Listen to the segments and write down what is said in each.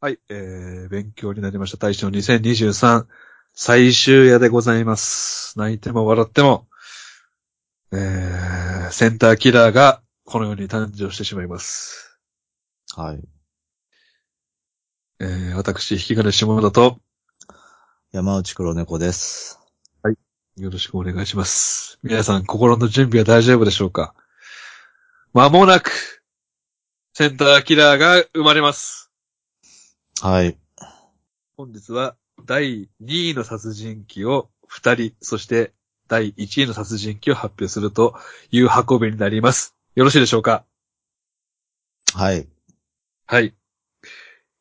はい、えー、勉強になりました。大賞2023最終夜でございます。泣いても笑っても、えー、センターキラーがこの世に誕生してしまいます。はい。えー、私、引き金下田と、山内黒猫です。よろしくお願いします。皆さん、心の準備は大丈夫でしょうか間もなく、センターキラーが生まれます。はい。本日は、第2位の殺人鬼を2人、そして、第1位の殺人鬼を発表するという運びになります。よろしいでしょうかはい。 はい。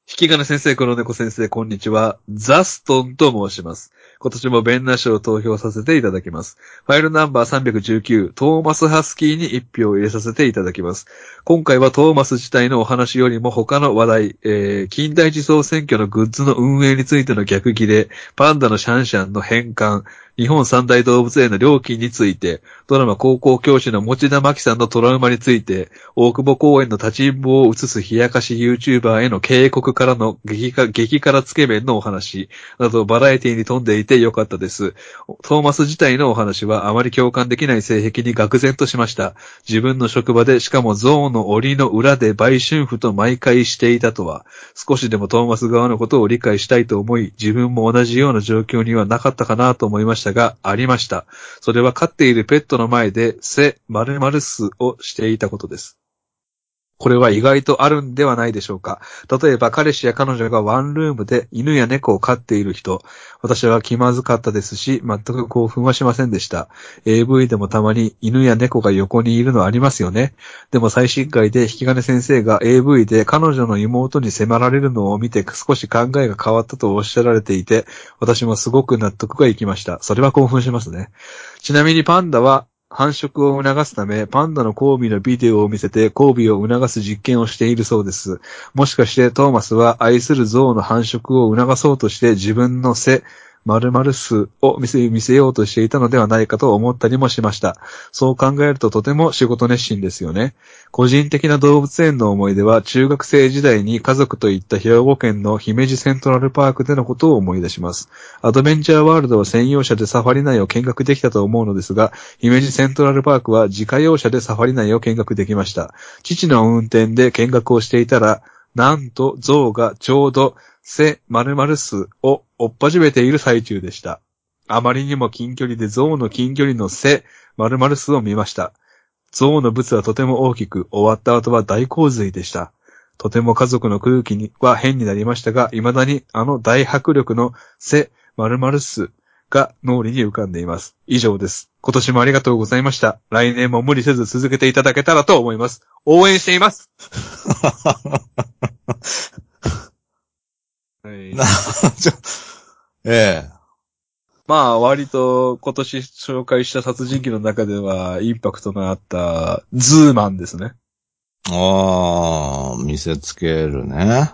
引き金先生、黒猫先生、こんにちは。ザストンと申します。今年もベンナ賞を投票させていただきます。ファイルナンバー319、トーマス・ハスキーに一票を入れさせていただきます。今回はトーマス自体のお話よりも他の話題、えー近代自走選挙のグッズの運営についての逆切れ、パンダのシャンシャンの返還、日本三大動物園の料金について、ドラマ高校教師の持田真希さんのトラウマについて、大久保公園の立ちんぼを映す冷やかし YouTuber への警告からの激か激辛つけ麺のお話などバラエティに富んでいてよかったです。トーマス自体のお話はあまり共感できない性癖に愕然としました。自分の職場でしかもゾウの檻の裏で売春婦と毎回していたとは、少しでもトーマス側のことを理解したいと思い、自分も同じような状況にはなかったかなと思いましたが、ありました。それは飼っているペットの前で、せ、〇〇すをしていたことです。これは意外とあるんではないでしょうか。例えば彼氏や彼女がワンルームで犬や猫を飼っている人。私は気まずかったですし、全く興奮はしませんでした。AV でもたまに犬や猫が横にいるのありますよね。でも最新回で引き金先生が AV で彼女の妹に迫られるのを見て少し考えが変わったとおっしゃられていて、私もすごく納得がいきました。それは興奮しますね。ちなみにパンダは繁殖を促すため、パンダの交尾のビデオを見せて交尾を促す実験をしているそうです。もしかしてトーマスは愛する象の繁殖を促そうとして自分の背、〇〇数を見せ見せようとしていたのではないかと思ったりもしました。そう考えるととても仕事熱心ですよね。個人的な動物園の思い出は中学生時代に家族と行った兵庫県の姫路セントラルパークでのことを思い出します。アドベンチャーワールドは専用車でサファリ内を見学できたと思うのですが、姫路セントラルパークは自家用車でサファリ内を見学できました。父の運転で見学をしていたら、なんと象がちょうど背〇〇数を追っ始めている最中でした。あまりにも近距離で象の近距離の背〇〇数を見ました。象の物はとても大きく、終わった後は大洪水でした。とても家族の空気には変になりましたが、未だにあの大迫力の背〇〇数が脳裏に浮かんでいます。以上です。今年もありがとうございました。来年も無理せず続けていただけたらと思います。応援しています。はいな、ちょ、ええまあ、割と今年紹介した殺人鬼の中ではインパクトのあったズーマンですね。ああ、見せつけるね。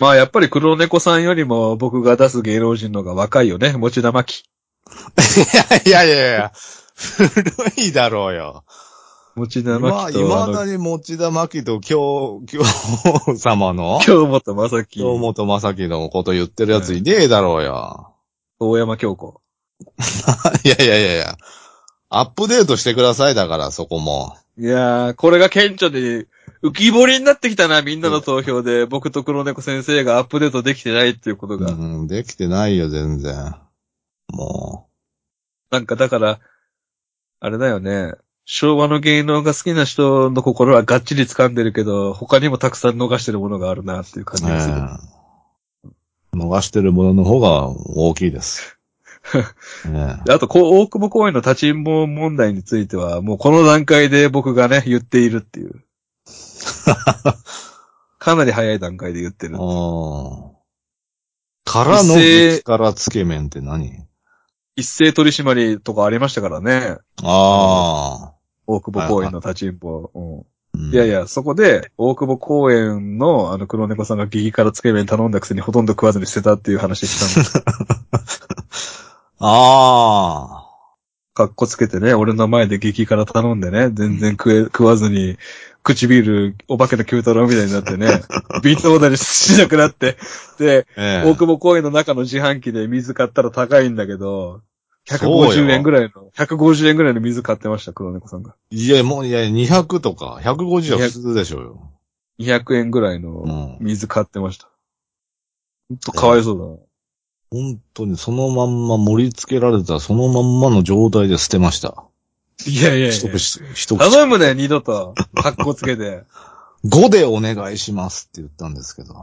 まあ、やっぱり黒猫さんよりも僕が出す芸能人の方が若いよね。持田真希。 いやいやいやいや、古いだろうよ。持田ま真あ、希とあの、未だに持田真希と京、京様の京本正樹、京本正樹のこと言ってるやついねえだろうよ。大山京子。 いやいやいやいや。アップデートしてください、だから、そこも。いやー、これが顕著で、浮き彫りになってきたな、みんなの投票で、僕と黒猫先生がアップデートできてないっていうことが。うん、できてないよ、全然。もなんかだから、あれだよね。昭和の芸能が好きな人の心はがっちり掴んでるけど、他にもたくさん逃してるものがあるなっていう感う、じがする。ええ逃してるものの方が大き いです。ええであと、こう大久保公園の立ちんぼ問題については、もうこの段階で僕がね、言っているって いう。かなり早い段階で言ってる。うんからの激辛つけ麺って何一斉取り締まりとかありましたからね。ああ、大久保公園の立ちんぼ。うんうんいやいや、そこで、大久保公園の、あの、黒猫さんが激辛つけ麺頼んだくせにほとんど食わずに捨てたっていう話したの。 ああ。かっこつけてね、俺の前で激辛頼んでね、全然食え、食わずに、唇、お化けの九太郎みたいになって ね、ビートオーダーにしなくなって、で、ええ大久保公園の中の自販機で水買ったら高いんだけど、そう150よ円ぐらいの、150円ぐらいの水買ってました、黒猫さんが。いや、もう、いや、200とか、150は普通でしょうよ。 200円ぐらいうのん。水買ってました。ほんとかわいそうだな。本当にそのまんま盛り付けられた、そのまんまの状態で捨てました。いやいやい一や。口、一口。頼むね、二度と。格好つけて。 5でお願いしますって言ったんですけど。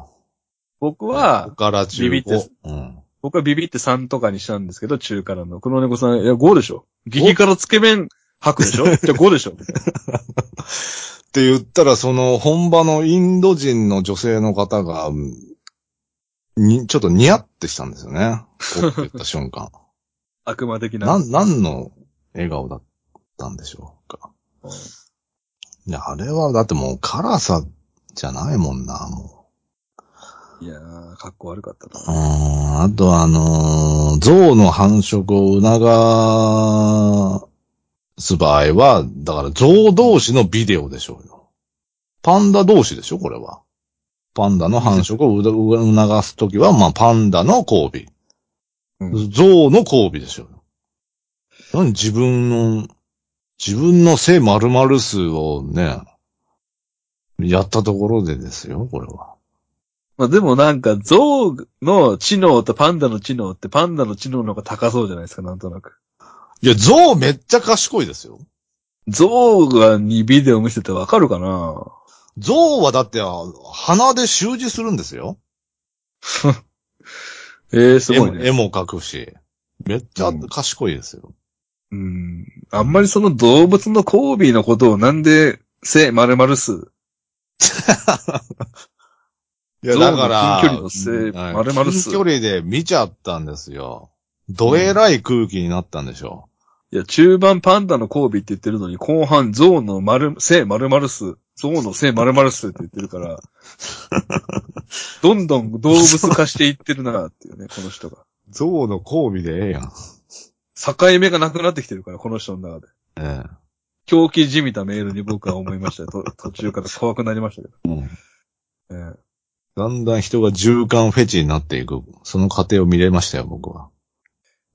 僕ここは、から中ビビって5。うん。僕はビビって3とかにしたんですけど、中からの。黒猫さん、いや、5でしょ。激辛つけ麺吐くでしょじゃあ5でしょ。みたいなって言ったら、その本場のインド人の女性の方が、うんに、ちょっとニヤってしたんですよね。こうって言った瞬間。悪魔 的な。なん、なんの笑顔だったんでしょうか。うんいや、あれはだってもう辛さじゃないもんな、もいやー、格好悪かったう。うーな。ん、あとあのー象の繁殖を促す場合は、だから象同士のビデオでしょうよ。パンダ同士でしょ、これは。パンダの繁殖をうだう促すときは、まあ、パンダの交尾。うん象の交尾でしょうよ。何自分の、自分の性〇〇数をね、やったところでですよ、これは。まあでもなんか、象の知能とパンダの知能ってパンダの知能の方が高そうじゃないですか、なんとなく。いや、象めっちゃ賢いですよ。象がにビデオ見せてわかるかな象はだって、あ鼻で習字するんですよ。えー、すごい絵ね。も絵も描くし。めっちゃ賢いですよ。うん。あんまりその動物の交尾のことをなんで、性〇〇数。いや、だか象の近ら、距離の性うん丸々数近距離で見ちゃったんですよ。どえらい空気になったんでしょいや、中盤パンダの交尾って言ってるのに、後半象の丸、性〇〇数、象の性〇〇数って言ってるから、どんどん動物化していってるなっていうね、この人が。う。象の交尾でええやん。境目がなくなってきてるから、この人の中で。え狂気じみたメールに僕は思いましたよ。と途中から怖くなりましたけえ。うん。ど。ええだんだん人が循環フェチになっていく、その過程を見れましたよ、僕は。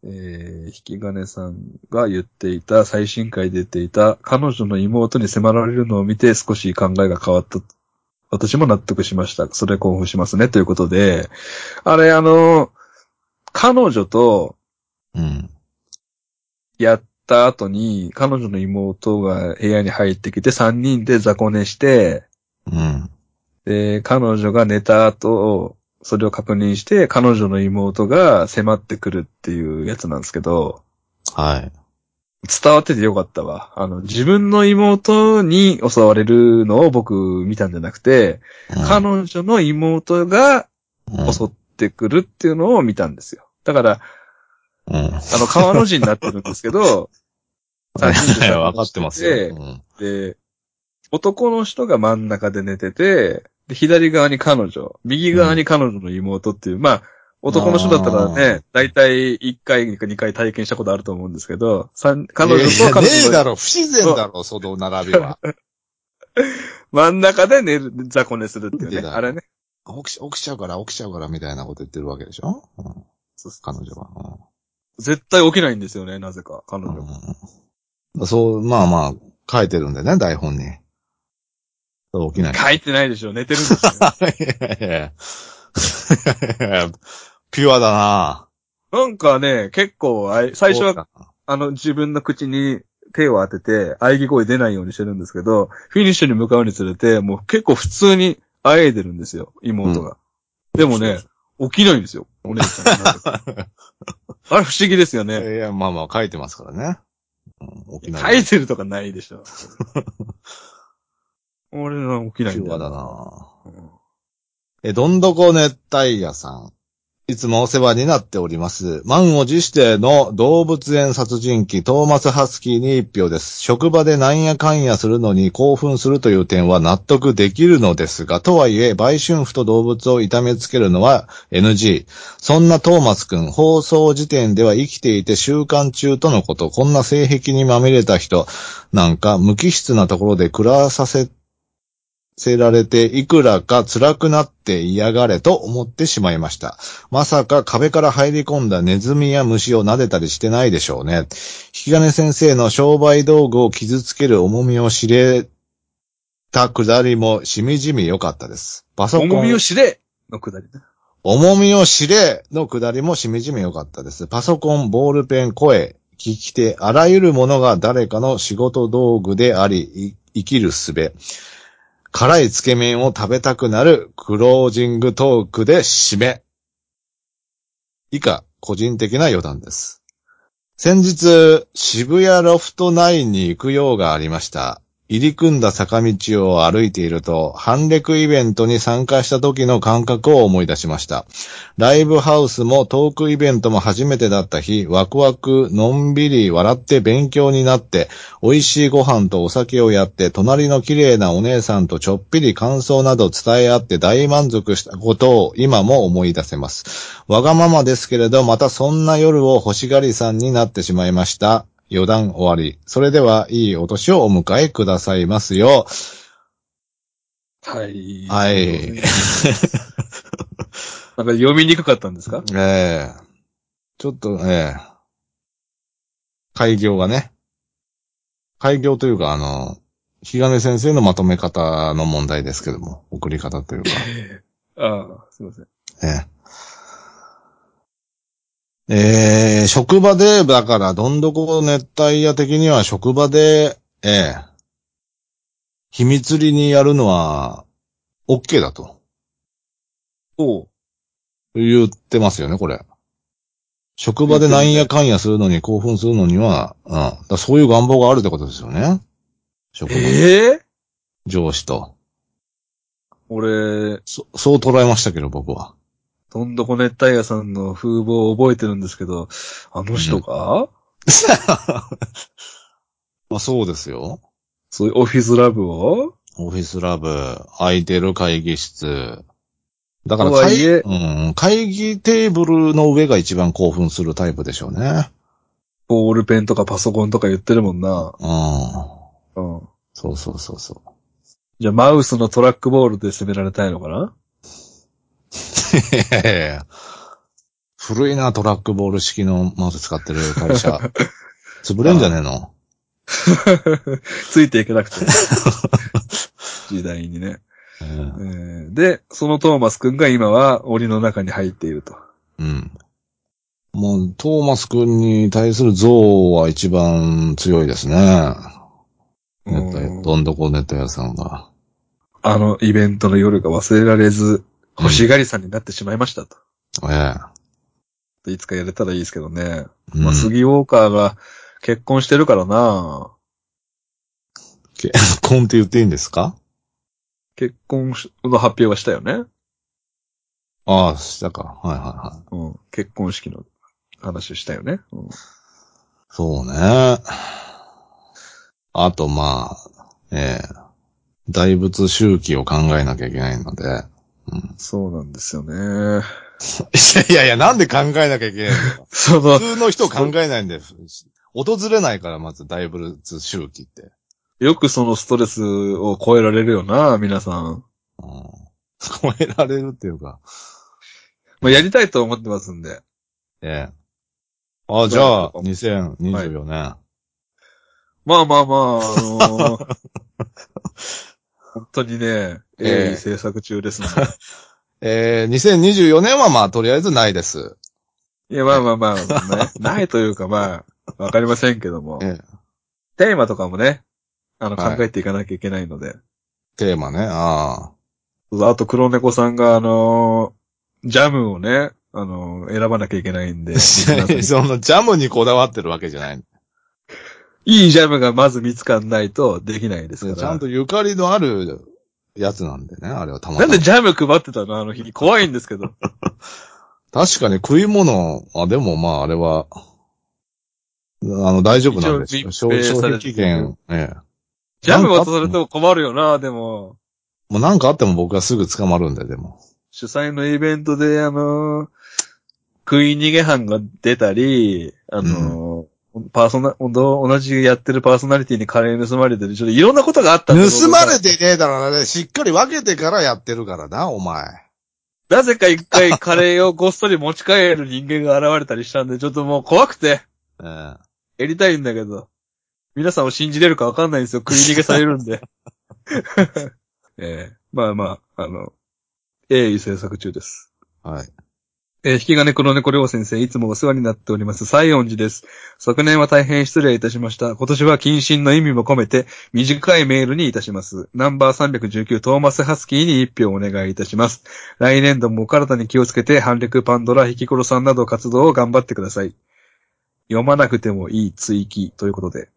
えー引き金さんが言っていた、最新回で言っていた、彼女の妹に迫られるのを見て少し考えが変わった。私も納得しました。それ興奮しますね。ということで、あれ、あの、彼女とうん。やった後に、彼女の妹が部屋に入ってきて、3人で雑魚寝して、うん。で、彼女が寝た後、それを確認して、彼女の妹が迫ってくるっていうやつなんですけど、はい。伝わっててよかったわ。あの、自分の妹に襲われるのを僕見たんじゃなくて、うん彼女の妹がうん襲ってくるっていうのを見たんですよ。だから、うん。 あの、川の字になってるんですけど、三人でいやわかってますよ。うんで、男の人が真ん中で寝てて、で左側に彼女、右側に彼女の妹っていう、まあ、男の人だったらあね、だいたい1回か2回体験したことあると思うんですけど、三彼女といやいや彼ね女えのだろ、不自然だろ、その並びは。真ん中で寝る、雑魚寝するっていう出ね。たあれね。起きち起きちゃうから、起きちゃうから、みたいなこと言ってるわけでしょ、うん、そうそう彼女は、絶対起きないんですよね、なぜか、彼うん女。うんそう、まあまあ、書いてるんでね、台本に。そう起きない。書いてないでしょ、寝てるん ですよ。いやいやいやピュアだななんかね、結構、あい最初そうは、かあの、自分の口に手を当てて、喘ぎ声出ないようにしてるんですけど、フィニッシュに向かうにつれて、もう結構普通に喘いでるんですよ、妹が。でもね、起きないんですよ、お姉ちゃんがなぜ か。あれ不思議ですよね。いや、まあまあ、書いてますからね。うん、起きな書い。いてるとかないでし ょ。俺は起きないピんだュアよだなうんえ、どんどこ熱帯夜さん。いつもお世話になっております。満を持しての動物園殺人鬼トーマス・ハスキーに一票です。職場でなんやかんやするのに興奮するという点は納得できるのですが、とはいえ、売春婦と動物を痛めつけるのは NG。そんなトーマスくん、放送時点では生きていて習慣中とのこと、こんな性癖にまみれた人なんか無機質なところで暮らさせせられていくらか辛くなって嫌がれと思ってしまいました。まさか壁から入り込んだネズミや虫を撫でたりしてないでしょうね。引き金先生の商売道具を傷つける重みを知れたくだりもしみじみ良かったです。パソコン。重みを知れのくだりな。重みを知れのくだりもしみじみ良かったです。パソコン、ボールペン、声、聞き手、あらゆるものが誰かの仕事道具であり、い生きる術。辛いつけ麺を食べたくなるクロージングトークで締め。以下、個人的な余談です。先日、渋谷ロフト9に行く用がありました。入り組んだ坂道を歩いていると、反逆イベントに参加した時の感覚を思い出しました。ライブハウスもトークイベントも初めてだった日、ワクワク、のんびり笑って勉強になって、美味しいご飯とお酒をやって、隣の綺麗なお姉さんとちょっぴり感想など伝え合って大満足したことを今も思い出せます。わがままですけれど、またそんな夜を欲しがりさんになってしまいました。余談終わり。それでは、いいお年をお迎えくださいますよう。はい。 はないんか読みにくかったんですかええちょっと、ええ開業がね。開業というか、あの、日金先生のまとめ方の問題ですけども、送り方というか。ああ、すいません。ええええ職場で、だから、どんどこ熱帯夜的には職場で、ええ秘密裏にやるのは、OK だとおう。言ってますよね、これ。職場でなんやかんやするのに、興奮するのには、うん。だからそういう願望があるってことですよね。職場、ええ上司と。俺、そ、そう捉えましたけど、僕は。どんどこ熱帯夜さんの風貌を覚えてるんですけど、あの人が、まあ、そうですよ。そういうオフィスラブをオフィスラブ、空いてる会議室。だからとはい会、えうん、会議テーブルの上が一番興奮するタイプでしょうね。ボールペンとかパソコンとか言ってるもんな。うん。うん。そうそうそうそう。じゃあ、マウスのトラックボールで攻められたいのかな 古いな、トラックボール式のマウス使ってる会 社。潰れんじゃねえのついていけなくて。時代にね、ええーで、そのトーマスくんが今は檻の中に入っていると。えうん。もう、トーマス君に対する憎悪は一番強いですね。うネタんどんどこネタ屋さんが。あのイベントの夜が忘れられず、欲しがりさんになってしまいましたと。えいつかやれたらいいですけどね。え。まうあ、ん杉ウォーカーが結婚してるからな結婚って言っていいんですか結婚しの発表はしたよね。ああ、したか。はいはいはい。うん。結婚式の話をしたよね。うんそうね。あと、まあ、ええ大仏周期を考えなきゃいけないので。うんそうなんですよね。 いやいや、なんで考えなきゃ いけないのかその、普通の人考えないんです。訪れないから、まず大仏周期って。よくそのストレスを超えられるよな、皆さん。うん、超えられるっていうか。まあ、やりたいと思ってますんで。ええあ、じゃあ、2024年。まあまあまあ、あの ー本当にね、鋭意制作中ですね。ええ2024年はまあ、とりあえずないです。いや、まあまあまあ、 ね、ないというかまあ、わかりませんけども。ええテーマとかもね、あの、はい考えていかなきゃいけないので。テーマね。 ああ。 あと、黒猫さんが、あのージャムをね、あのー選ばなきゃいけないん で。リスナーさんにそのジャムにこだわってるわけじゃない。いいジャムがまず見つかんないとできないですから。ちゃんとゆかりのあるやつなんでね、あれはたまたなんまでジャム配ってたのあの日。怖いんですけど。確かに食い物、あ、でもまああれは、あの、大丈夫なんです一よ。応消密閉消されて費期る限、ええ。ジャム渡されても困るよな、でも。もうなんかあっても僕はすぐ捕まるんで、でも。主催のイベントで、あのー食い逃げ犯が出たり、あのーパーソナ、ど同じやってるパーソナリティにカレー盗まれてる。ちょっといろんなことがあったんだ盗まれててねえだろうな。しっかり分けてからやってるからな、お前。なぜか一回カレーをごっそり持ち帰る人間が現れたりしたんで、ちょっともう怖くて、うん。やりたいんだけど、皆さんを信じれるかわかんないんですよ。食い逃げされるん で。 ええまあまあ、あの、鋭意制作中です。はい。えー引き金黒猫両先生、いつもお世話になっております、西園寺です。昨年は大変失礼いたしました。今年は謹慎の意味も込めて、短いメールにいたします。ナンバー319トーマス・ハスキーに一票お願いいたします。来年度もお体に気をつけて、反逆パンドラ、引き殺さんなど活動を頑張ってください。読まなくてもいい追記ということで、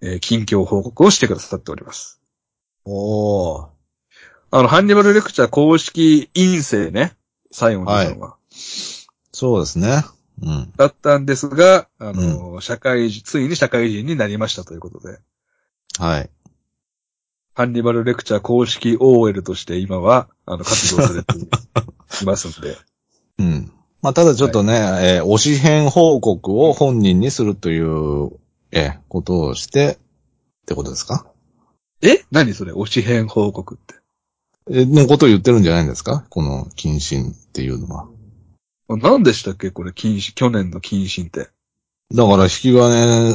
えー近況報告をしてくださっております。おー。あの、ハンニバルレクチャー公式陰性ね、西園寺さんは。そうですね。うん。だったんですが、あの、社会人、ついに社会人になりましたということで、はい。ハンニバルレクチャー公式 OL として今は、あの、活動されていますんで、うん。まあ、ただちょっとね、えー推し編報告を本人にするという、えーことをして、ってことですかえ何それ推し編報告って。えーのことを言ってるんじゃないんですかこの謹慎っていうのは。あ何でしたっけこれ、禁止、去年の禁止って。だから、引き金え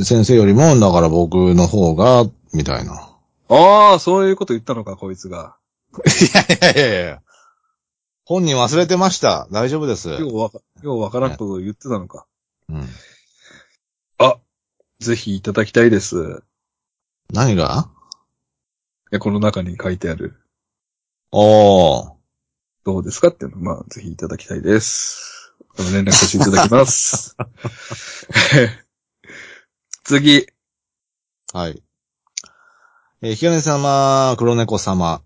ー先生よりも、だから僕の方が、みたいな。ああ、そういうこと言ったのか、こいつが。いやいやいやいや本人忘れてました。大丈夫です。ようわか、ようわからんことを言ってたのか。うん、ぜひいただきたいです。何がえこの中に書いてある、おー。どうですかっていうの、まあ、ぜひいただきたいです。あの連絡させていただき ます。次、はい。えー、ひかね様、黒猫様、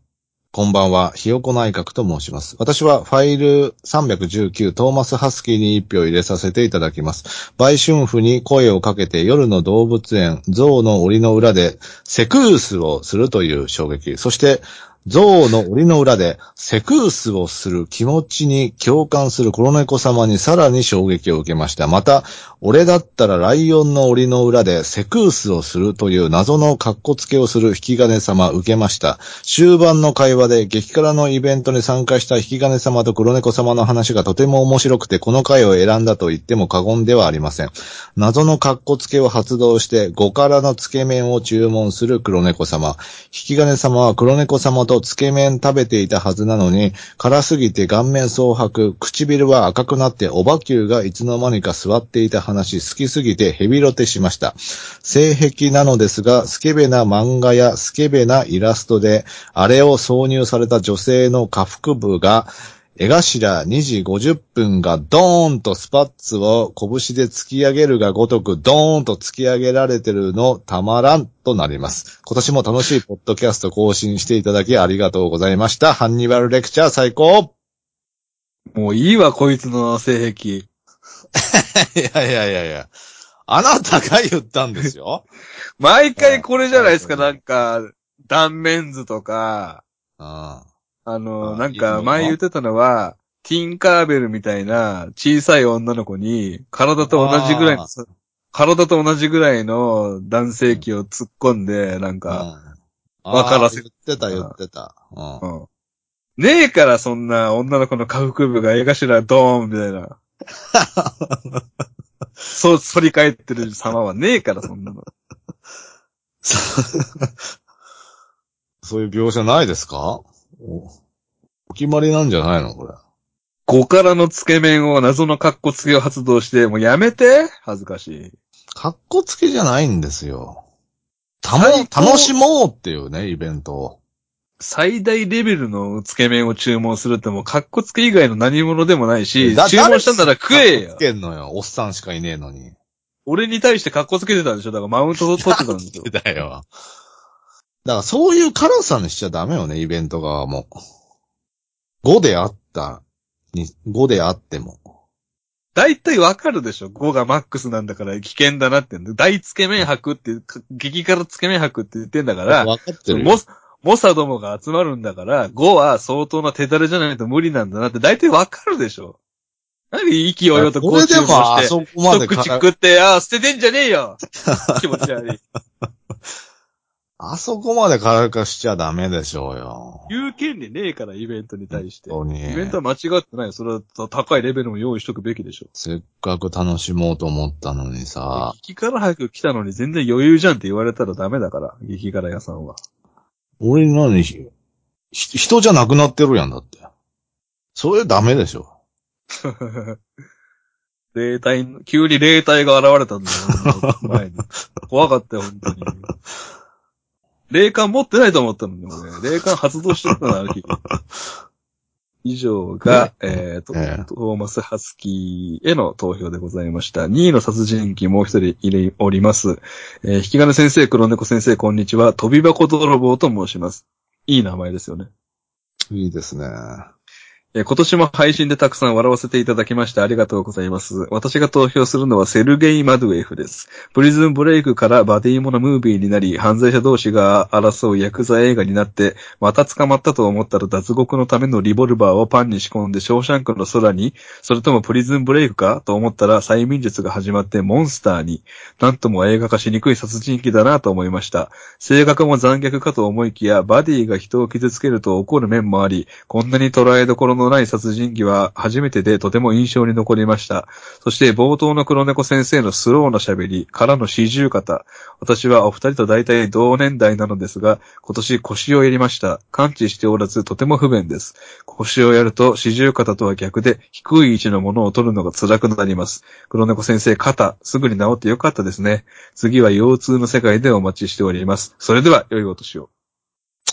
こんばんは、ひよこ内閣と申します。私はファイル319トーマス・ハスキーに一票入れさせていただきます。売春婦に声をかけて夜の動物園、象の檻の裏でセクースをするという衝撃。そして、象の檻の裏でセクースをする気持ちに共感する黒猫様にさらに衝撃を受けました。また、俺だったらライオンの檻の裏でセクースをするという謎の格好つけをする引き金様受けました。終盤の会話で激辛のイベントに参加した引き金様と黒猫様の話がとても面白くてこの回を選んだと言っても過言ではありません。謎の格好つけを発動して5辛のつけ麺を注文する黒猫様。引き金様は黒猫様とつけ麺食べていたはずなのに、辛すぎて顔面蒼白、唇は赤くなっておばきゅうがいつの間にか座っていた話、好きすぎてヘビロテしました。性癖なのですが、スケベな漫画やスケベなイラストで、あれを挿入された女性の下腹部が、江頭2時50分がドーンとスパッツを拳で突き上げるがごとくドーンと突き上げられてるのたまらんとなります。今年も楽しいポッドキャスト更新していただきありがとうございました。ハンニバルレクチャー最高 もういいわ、こいつの性癖。いやいやいやいや。あなたが言ったんですよ。毎回これじゃないですか、はないんか、断面図とか、うん。あの、あなんいいかの前言ってたのは、ティンカーベルみたいな小さい女の子に、体と同じぐらいのあ、体と同じぐらいの男性器を突っ込んで、なんか、うんわからせあー言ってた言ってた。うん。うんねえからそんな女の子の下腹部が絵頭ドーンみたい な。そう、反り返ってる様はねえからそんなの。そういう描写ないですかおお決まりなんじゃないのこれ。 5からのつけ麺を謎の格好つけを発動して、もうやめて恥ずかしい。かっこつけじゃないんですよ。たも最、高楽しもうっていうね、イベントを。最大レベルのつけ麺を注文するってもう格好つけ以外の何物でもないし、だ注文したんなら食えかっこよつけんのよ。おっさんしかいねえのに。俺に対して格好つけてたんでしょだからマウント取ってたんですよ。 だよ。だからそういう辛さにしちゃダメよね、イベント側も。5であった、に、5であっても。だいたいわかるでしょ ?5 がマックスなんだから危険だなってんで。大つけ麺吐くって、か激辛つけ麺吐くって言ってんだから、分かってるよ。モスモサどもが集まるんだから、5は相当な手だれじゃないと無理なんだなって大体わかるでしょ何勢いよとこれでもあそこまで一口か食って、ああ、捨ててんじゃねえよ気持ち悪い。あそこまで軽くしちゃダメでしょうよ。言う権利ねえから、イベントに対して。本当にイベントは間違ってない。それは高いレベルも用意しとくべきでしょ。せっかく楽しもうと思ったのにさ。激辛早く来たのに全然余裕じゃんって言われたらダメだから、激辛屋さんは。俺何ひ、ひ人じゃなくなってるやんだって。それダメでしょ。 霊体、急に霊体が現れたんだよ、俺の 前に。怖かったよ、本当に。霊感持ってないと思ったのに、俺。霊感発動しとったな、ある日。以上が、えーと、ええトーマス・ハスキーへの投票でございました。2位の殺人鬼もう一人いれおります。えー引き金先生、黒猫先生、こんにちは。飛び箱泥棒と申します。いい名前ですよね。いいですね。えー今年も配信でたくさん笑わせていただきましてありがとうございます。私が投票するのはセルゲイ・マドゥエフです。プリズンブレイクからバディモのムービーになり、犯罪者同士が争うヤクザ映画になって、また捕まったと思ったら脱獄のためのリボルバーをパンに仕込んでショーシャンクの空に、それともプリズンブレイクかと思ったら催眠術が始まってモンスターに、なんとも映画化しにくい殺人鬼だなと思いました。性格も残虐かと思いきや、バディが人を傷つけると怒る面もあり、こんなに捉えどころのない殺人鬼は初めてでとても印象に残りました。そして冒頭の黒猫先生のスローな喋りからの四十肩。私はお二人と大体同年代なのですが、今年腰をやりました。完治しておらずとても不便です。腰をやると四十肩とは逆で低い位置のものを取るのが辛くなります。黒猫先生肩、すぐに治ってよかったですね。次は腰痛の世界でお待ちしております。それでは良いお年を。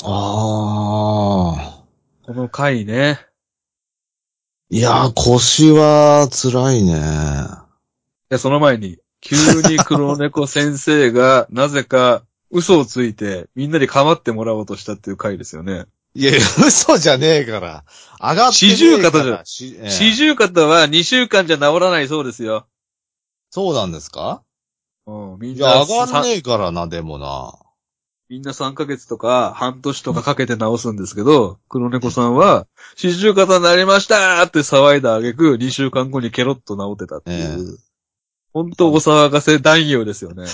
ああ。この回ね。いやー、腰は辛いね。いや、その前に、急に黒猫先生 が、なぜか、嘘をついて、みんなに構ってもらおうとしたっていう回ですよね。いや、嘘じゃねえから。上がってねえから。四十四十肩は2週間じゃ治らないそうですよ。そうなんですかうん、みいんなや、さ、上がんねえからな、でもな。みんな3ヶ月とか、半年とかかけて治すんですけど、黒猫さんは、四十肩になりましたーって騒いだ挙句、2週間後にケロッと治ってたっていう。本当お騒がせ男優ですよね。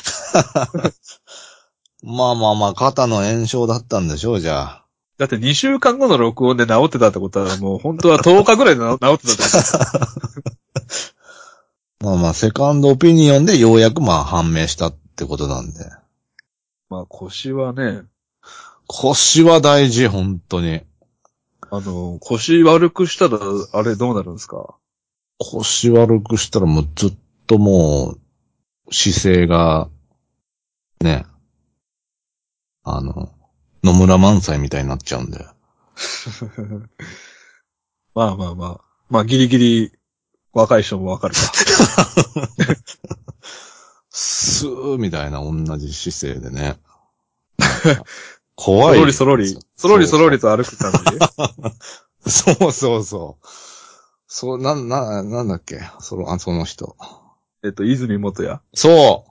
まあまあまあ、肩の炎症だったんでしょう、じゃあ。だって2週間後の録音で治ってたってことは、もう本当は10日ぐらいで 治治ってたってことまあまあ、セカンドオピニオンでようやくまあ判明したってことなんで。まあ腰はね、腰は大事、本当に。あの、腰悪くしたら、あれどうなるんですか腰悪くしたらもうずっともう、姿勢が、ね、あの、野村萬斎みたいになっちゃうんで。まあまあまあ。まあギリギリ、 若い人もわかるか。スーみたいな同じ姿勢でね。怖い。そろりそろり、そろりそろりと歩く感 じ。 そうそうそう。そう、な、な、なんだっけその、あ、その人。えっと、泉元也。そ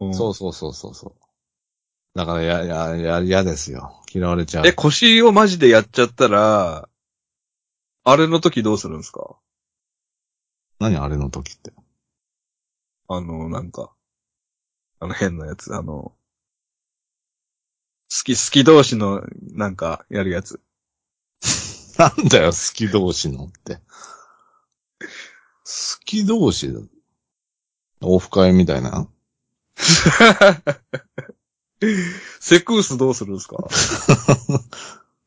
ううんそうそうそうそうそう。だから、や、や、や、嫌ですよ。嫌われちゃうえ、。腰をマジでやっちゃったら、あれの時どうするんですか何あれの時って。 あの、なんか、あの変なやつ、あの、好き、好き同士の、なんか、やるやつ。なんだよ、好き同士のって。好き同士だ。オフ会みたいな。 セクウスどうするんです か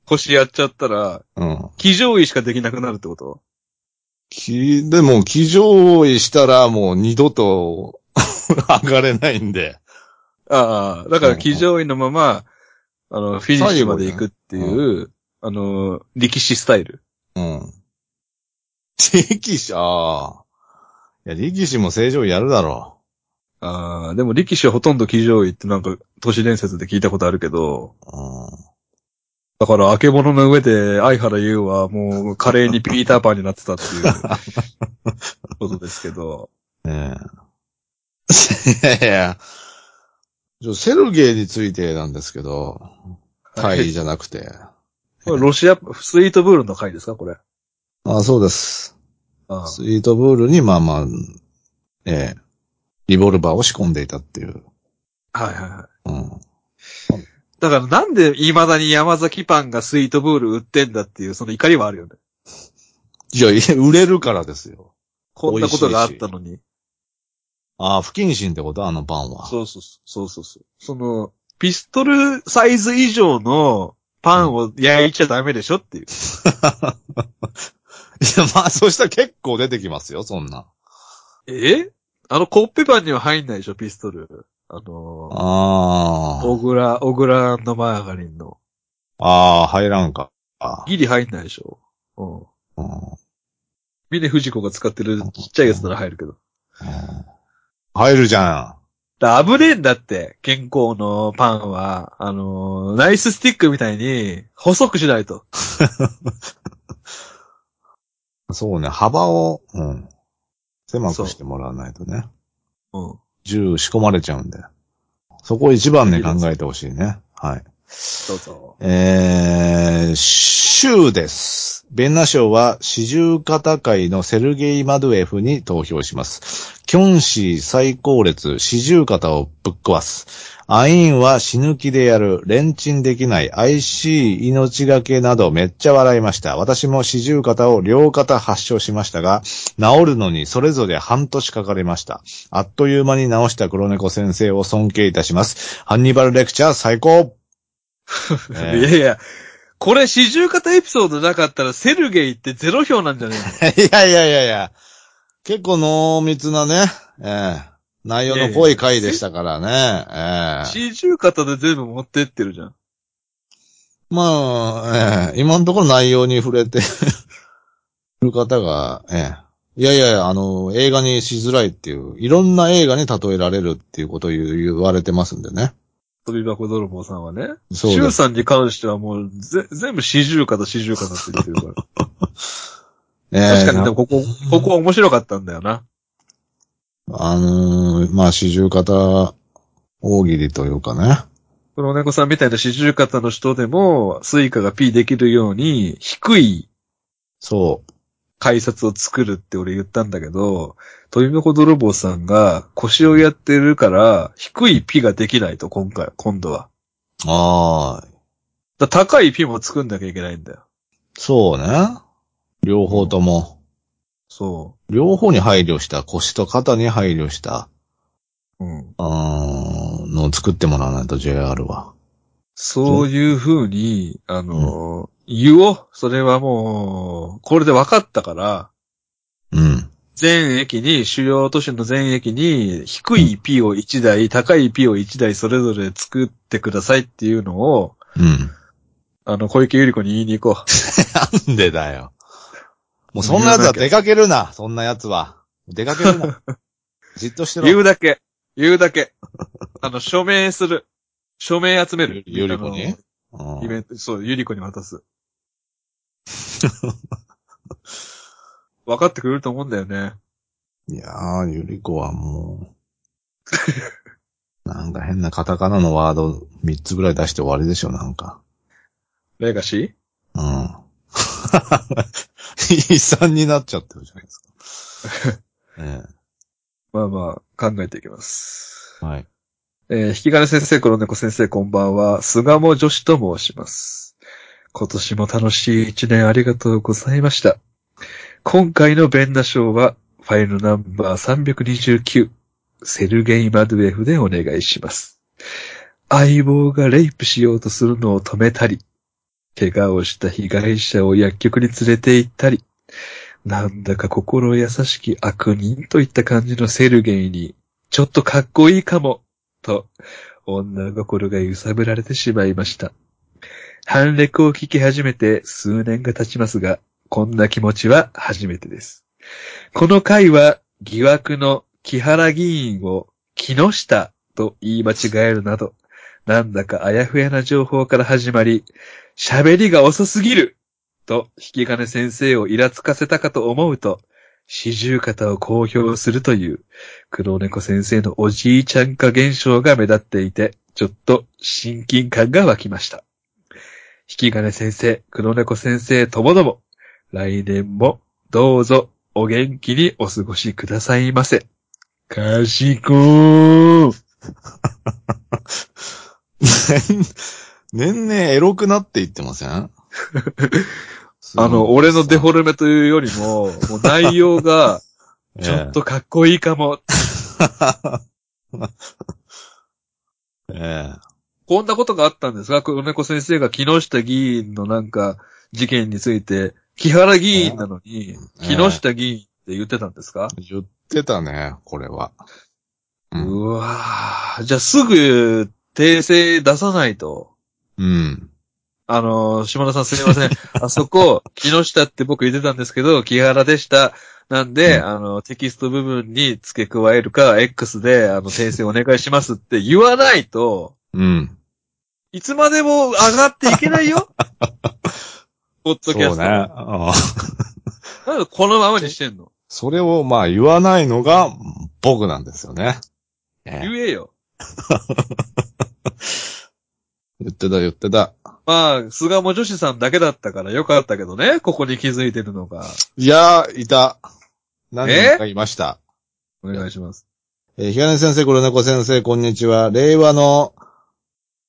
腰やっちゃったら、うん。騎乗位しかできなくなるってことき、でも、騎乗位したらもう二度と 上がれないんで。ああ、だから騎乗位のまま、あの、フィニッシュまで行くっていう、最後あの、力士スタイル。うん。力士、ああ。いや、力士も正常位やるだろああ、でも力士はほとんど騎乗位ってなんか、都市伝説で聞いたことあるけど、う。うん。だから、明け物の上で、相原優はもう、華麗にピーターパンになってたっていう、 ことですけど。ねえ。 いやいや。ちょセルゲイについてなんですけど、タイじゃなくて。これロシア、スイートブールの回ですかこれ。あ、そうです。ああスイートブールに、まあまあ、ええ、リボルバーを仕込んでいたっていう。はいはいはい。うん。だからなんで未だに山崎パンがスイートブール売ってんだっていうその怒りはあるよね。いや、いや売れるからですよ。こんなことがあったのに。ああ、不謹慎ってことあのパンは。そうそうそうそうそう。その、ピストルサイズ以上のパンを焼いちゃダメでしょっていう。 いや、まあ、そうしたら結構出てきますよ、そんな。えあのコッペパンには入んないでしょ、ピストル。あのあー、小倉、小倉のマーガリンの。あ。ああ、入らんか。ああギリ入んないでしょ。うん。うんミネフジコが使ってるちっちゃいやつなら入るけど。うん入るじゃだ危ねえんだって、健康のパンは、あのーナイススティックみたいに、細くしないと。ん。そうね、幅を、うん。狭くしてもらわないとね。うん。銃仕込まれちゃうんで。そこを一番に考えてほしいね。はい。そうそえー、州です。ベンナ賞は四十肩会のセルゲイ・マドゥエフに投票します。キョンシー最高列四十肩をぶっ壊す。アインは死ぬ気でやる。レンチンできない。IC 命がけなどめっちゃ笑いました。私も四十肩を両肩発症しましたが、治るのにそれぞれ半年かかりました。あっという間に治した黒猫先生を尊敬いたします。ハンニバルレクチャー最高う。えー いやいや、これ四十肩エピソードなかったら、セルゲイってゼロ票なんじゃね いやいやいやいや。結構濃密なね、ええ内容の濃い回でしたからね。えのええ四十肩で全部持ってってるじゃん。まあ、ええ今のところ内容に触れて る方が、ええいやいやいや、あの、映画にしづらいっていう、いろんな映画に例えられるっていうことを言う言われてますんでね。飛び箱泥棒さんはね。そうで周す。さんに関してはもう、ぜ、全部四十肩、四十肩って言ってるから。え え確かに、でもここ、ここは面白かったんだよな。あのーまあ、四十肩大喜利というかね。黒猫さんみたいな四十肩の人でも、スイカが P できるように、低いそう。改札を作るって俺言ったんだけど、飛び箱泥棒さんが腰をやってるから、低い P ができないと、今回、今度は。ああ、だから高い P も作んなきゃいけないんだよ。そうね。両方とも。そ両方に配慮した、腰と肩に配慮した、う。うん。うーん、のを作ってもらわないと JR は。そういう風に、あの、言おう。それはもう、これで分かったから、うん。全駅に、主要都市の全駅に、低い P を1台、高い P を1台それぞれ作ってくださいっていうのを、うん。あの、小池百合子に言いに行こなんでだよ。もうそんな奴は出かけるな、そんな奴は。出かける な。じっとしてう。ろ。言うだけ。言うだけ。あの、署名する。署名集める。ゆり子にあうのんイベント、そう、ゆり子に渡す。分かってくれると思うんだよね。いやー、ゆり子はもう。 なんか変なカタカナのワード3つぐらい出して終わりでしょ、なんか。レガシーうん。 遺産になっちゃってるじゃないです か。えまあまあ、考えていきます。え。はい。えー引き金先生、黒猫先生、こんばんは。菅も女子と申します。今年も楽しい一年ありがとうございました。今回のベンダ賞は、ファイルナンバー329、セルゲイ・マドゥエフでお願いします。相棒がレイプしようとするのを止めたり、怪我をした被害者を薬局に連れて行ったり、なんだか心優しき悪人といった感じのセルゲイに、ちょっとかっこいいかも、と、女心が揺さぶられてしまいました。反歴を聞き始めて数年が経ちますが、こんな気持ちは初めてです。この回は疑惑の木原議員を木下と言い間違えるなど、なんだかあやふやな情報から始まり、喋りが遅すぎると引き金先生をイラつかせたかと思うと、四十肩を公表するという黒猫先生のおじいちゃん化現象が目立っていて、ちょっと親近感が湧きました。引き金先生、黒猫先生ともども、来年もどうぞお元気にお過ごしくださいませ。かしこー。 年々エロくなっていってま せんああの、俺のデフォルメというよりも、もう内容が、ちょっとかっこいいかも。ええ。 ええこんなことがあったんですが、黒猫先生が木下議員のなんか、事件について、木原議員なのに、え木下議員って言ってたんですか、言ってたね、これは。うんうわぁ、じゃあすぐ、訂正出さないと。うん。あのー、島田さんすみ ません。あそこ、木下って僕言ってたんですけど、木原でした。なんで、うんあの、テキスト部分に付け加えるか、X で、あの、訂正お願いしますって言わないと、うん。いつまでも上がっていけない よ。ポッドそうキねャス。ト。ああなんでこのままにしてんのそれをまあ言わないのが僕なんですよね。ええ言えよ。言ってた言ってた。まあ、菅も女子さんだけだったからよかったけどね、ここに気づいてるのが。いやー、いた。何人かいました。お願いします。えー、ひがね先生、黒猫先生、こんにちは。令和の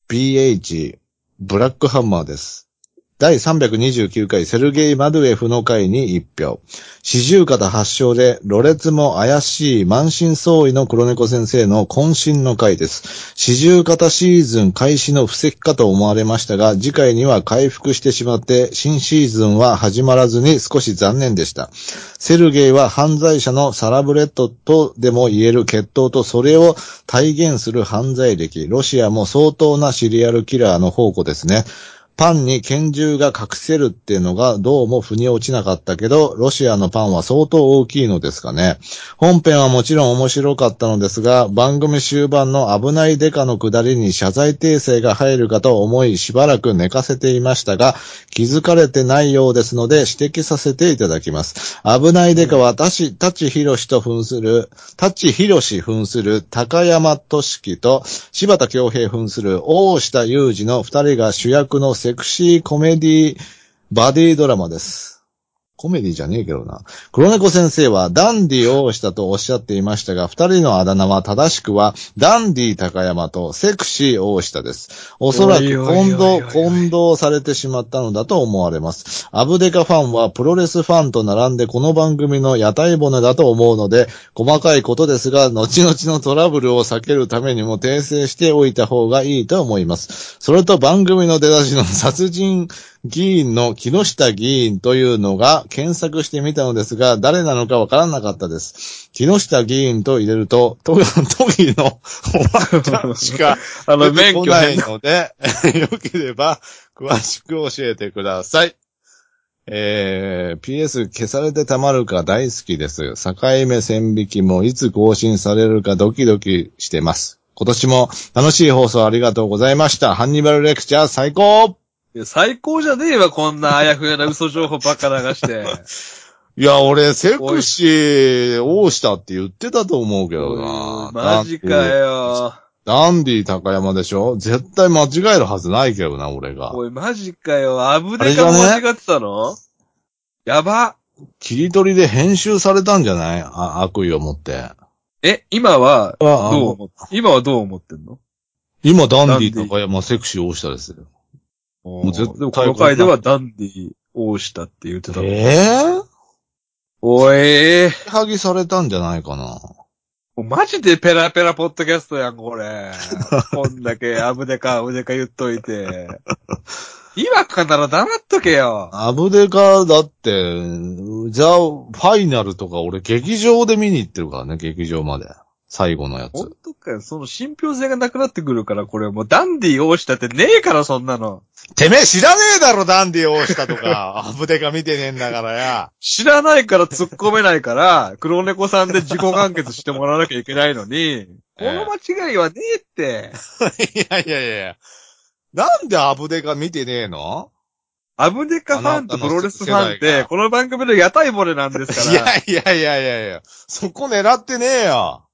BH、ブラックハンマーです。第329回セルゲイ・マドゥエフの回に一票。四十肩発祥で、ろれつも怪しい満身創痍の黒猫先生の渾身の回です。四十肩シーズン開始の布石かと思われましたが、次回には回復してしまって、新シーズンは始まらずに少し残念でした。セルゲイは犯罪者のサラブレッドとでも言える血統とそれを体現する犯罪歴。ロシアも相当なシリアルキラーの宝庫ですね。パンに拳銃が隠せるっていうのがどうも腑に落ちなかったけど、ロシアのパンは相当大きいのですかね。本編はもちろん面白かったのですが、番組終盤の危ないデカの下りに謝罪訂正が入るかと思いしばらく寝かせていましたが、気づかれてないようですので指摘させていただきます。危ないデカは、たち、たちひろしと扮する、たちひろし扮する高山俊樹と柴田恭平扮する大下裕二の二人が主役のセクシーコメディバディドラマです。コメディじゃねえけどな。黒猫先生はダンディ大下とおっしゃっていましたが、二人のあだ名は正しくはダンディ高山とセクシー大下です。おそらおいくおいおいおい混おい同、混同されてしまったのだと思われます。アブデカファンはプロレスファンと並んでこの番組の屋台骨だと思うので、細かいことですが、後々のトラブルを避けるためにも訂正しておいた方がいいと思います。それと番組の出だしの殺人議員の木下議員というのが検索してみたのですが、誰なのかわからなかったです。木下議員と入れると、 都都議のおばちゃんしか あの、出て免こ許ない返納ので、 よければ詳しく教えてください。えー、PS 消されてたまるか大好きです。境目線引きもいつ更新されるかドキドキしてます。今年も楽しい放送ありがとうございました。ハンニバルレクチャー最高いや最高じゃねえわ、こんなあやふやな嘘情報ばっか流して。いや、俺、セクシー、大下って言ってたと思うけどな。マジかよ。ダンディ。ダンディ高山でしょ絶対間違えるはずないけどな、俺が。おい、マジかよ。アブデあれじゃカね間違ってたのやば。切り取りで編集されたんじゃないあ悪意を持って。え、今は、あどう思っ今はどう思ってんの今、ダンディ高山セクシー大下ですよ。もう絶対でもこの回ではダンディ大下って言ってたの。えおい、ぇ、はぎされたんじゃないかな。もうマジでペラペラポッドキャストやん、これ。 こんだけアブデカ、アブデカ言っといて。今から黙っとけよ。アブデカだって、じゃあ、ファイナルとか俺劇場で見に行ってるからね、劇場まで。最後のや本つ。当かよ。その信憑性がなくなってくるから、これもうダンディ大下ってねえから、そんなの。てめえ知らねえだろ、ダンディ大下とか。ア ブデカ見てねえんだからや。知らないから突っ込めないから、黒猫さんで自己完結してもらわなきゃいけない のに、この間違いはねえって。いやいやいやいやなんでアブデカ見てねえのアブデカファンとプロレスファンっあなたの世代て、がこの番組の屋台骨なんですいから、やいやいやいやいや。そこ狙ってねえよ。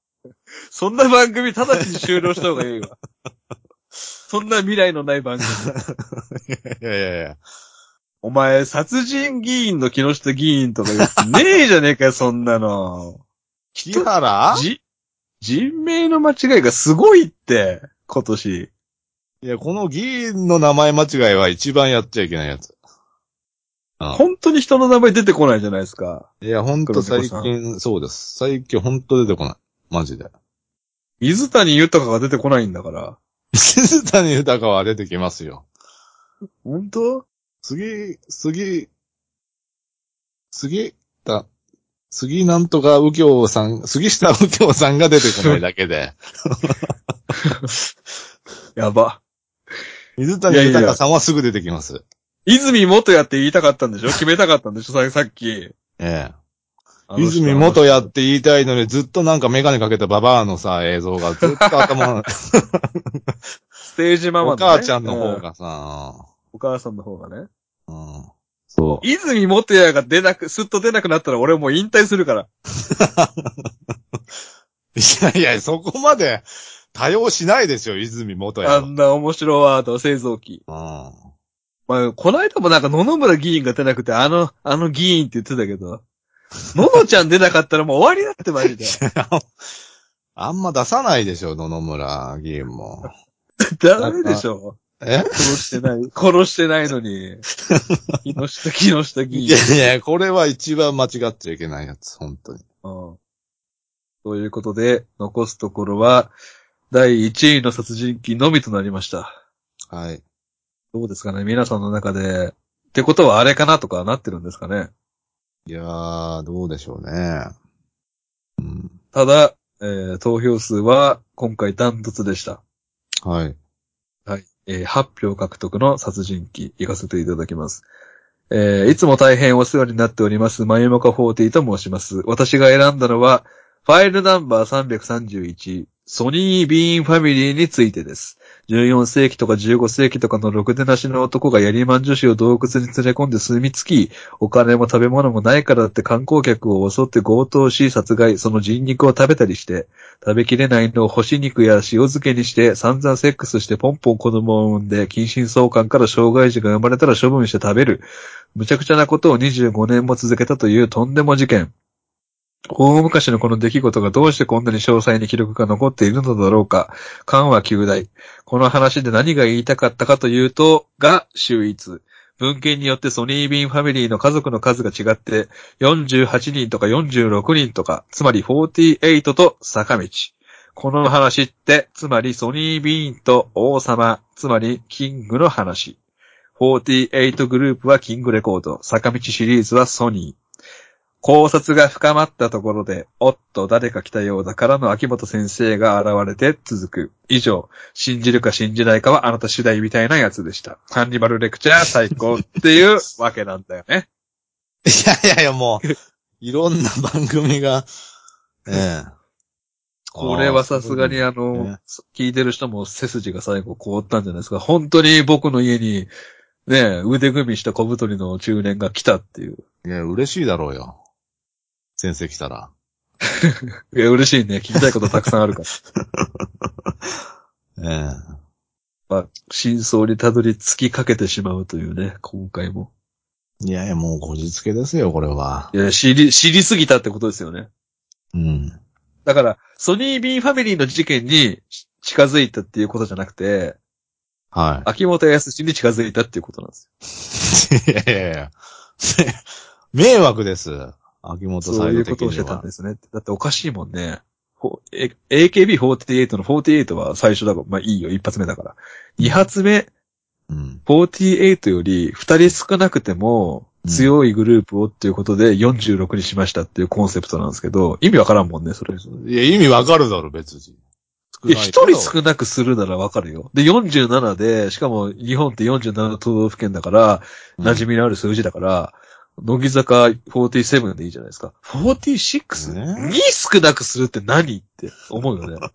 そんな番組直ちに終了した方がいい わ。そんな未来のない番組。いやいやいや。お前、殺人議員の木下議員とか言ってねえじゃねえかよ、そんなの。木原じ、人名の間違いがすごいって、今年。いや、この議員の名前間違いは一番やっちゃいけないやつ。あ本当に人の名前出てこないじゃないですか。いや、ほんと最黒近、そうです。最近ほんと出てこない。マジで。 水谷豊が出てこないんだから。水谷豊は出てきますよ。本当次、次、次、だ、次なんとか右京さん、杉下右京さんが出てこないだけで、やば。 水谷豊さんはすぐ出てきます。泉元やって言いたかったんでしょ決めたかったんでしょささっき。えあのえ。人泉元やって言いたいのにずっとなんかメガネかけたババアのさ、映像がずっと頭 の、ステージママのおね、母ちゃんの方う。がさ、お母さんの方がね。うん。そう。泉元也が出なく、すっと出なくなったら俺もう引退するから。いやいや、そこまで多用しないですよ、泉元あや。んな面白ワード、製造機。うん。まあ、この間もなんか野々村議員が出なくて、あの、あの議員って言ってたけ ど、ののちゃん出なかったらもう終わりだってマジで。 あんま出さないでしょ、野々村議員も。ダメでしょ。え殺してない、殺してないの に。木下、木下議員。いやいや、これは一番間違っちゃいけないやつ、本当に。うん。ということで、残すところは、第1位の殺人鬼のみとなりました。はい。どうですかね皆さんの中で。ってことはあれかなとかなってるんですかねいやー、どうでしょうね。うん。ただ、えー投票数は今回ダントツでした。はい。えー8票獲得の殺人鬼、行かせていただきます。えーいつも大変お世話になっております、まゆもか40と申します。私が選んだのは、ファイルナンバー331、ソニー・ビーン・ファミリーについてです。14世紀とか15世紀とかのろくでなしの男がヤリマン女子を洞窟に連れ込んで住み着き、お金も食べ物もないからって観光客を襲って強盗し殺害、その人肉を食べたりして、食べきれないのを干し肉や塩漬けにして散々セックスしてポンポン子供を産んで、近親相関から障害児が生まれたら処分して食べる。むちゃくちゃなことを25年も続けたというとんでも事件。大昔のこの出来事がどうしてこんなに詳細に記録が残っているのだろうか。感は旧大。この話で何が言いたかったかというと、が秀逸。文献によってソニービーンファミリーの家族の数が違って、48人とか46人とか、つまり48と坂道。この話って、つまりソニービーンと王様、つまりキングの話。48グループはキングレコード、坂道シリーズはソニー。考察が深まったところで、おっと誰か来たようだからの秋元先生が現れて続く。以上、信じるか信じないかはあなた次第みたいなやつでした。ハンニバルレクチャー最高っていうわけなんだよね。いやいやいや、もう、いろんな番組 が、ええ。これはさすがにあの、ね聞いてる人も背筋が最後凍ったんじゃないですか。本当に僕の家に、ねえ、腕組みした小太りの中年が来たっていう。いや、嬉しいだろうよ。先生来たら。いや、嬉しいね。聞きたいことたくさんある から。ええ。まあ、真相にたどり着きかけてしまうというね、今回も。いやいや、もうこじつけですよ、これは。いや、知り、知りすぎたってことですよね。うん。だから、ソニー・ビーンファミリーの事件にし近づいたっていうことじゃなくて、は秋元康に近づいたっていうことなんですよ。い。いやいやいや。 迷惑です。秋元そサうイいうドこ的とをにしてたんは。ですね。だっておかしいもんね。ほえ AKB48 の48は最初だから、まあいいよ、一発目だから。二発目、うん。 48より二人少なくても強いグループをっていうことで46にしましたっていうコンセプトなんですけど、意味わからんもんね、それ。いや、意味わかるだろ、別に。少いや、一人な少なくするならわかるよ。で、47で、しかも日本って47都道府県だから、い馴染みのある数字だから、乃木坂47でいいじゃないですか。46?2 ね少なくするって何って思うよね。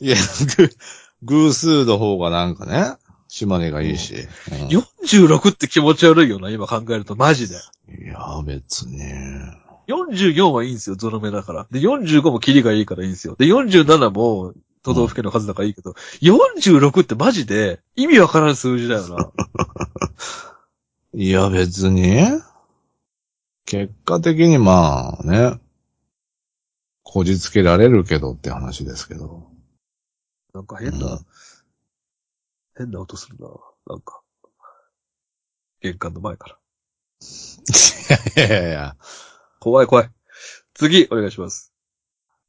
いや、ぐ偶数の方がなんかね、島根がいいし。うん46って気持ち悪いよな、今考えると、マジで。いや、別に。 44はいいんですよ、ゾロ目だから。で、45もキリがいいからいいんですよ。で、47も都道府県の数だからいいけど、46ってマジで意味わからん数字だよな。いや、別に。結果的にまあね、こじつけられるけどって話ですけど。なんか変な、うん変な音するな。なんか。玄関の前から。いやいやいや。怖い怖い。次、お願いします。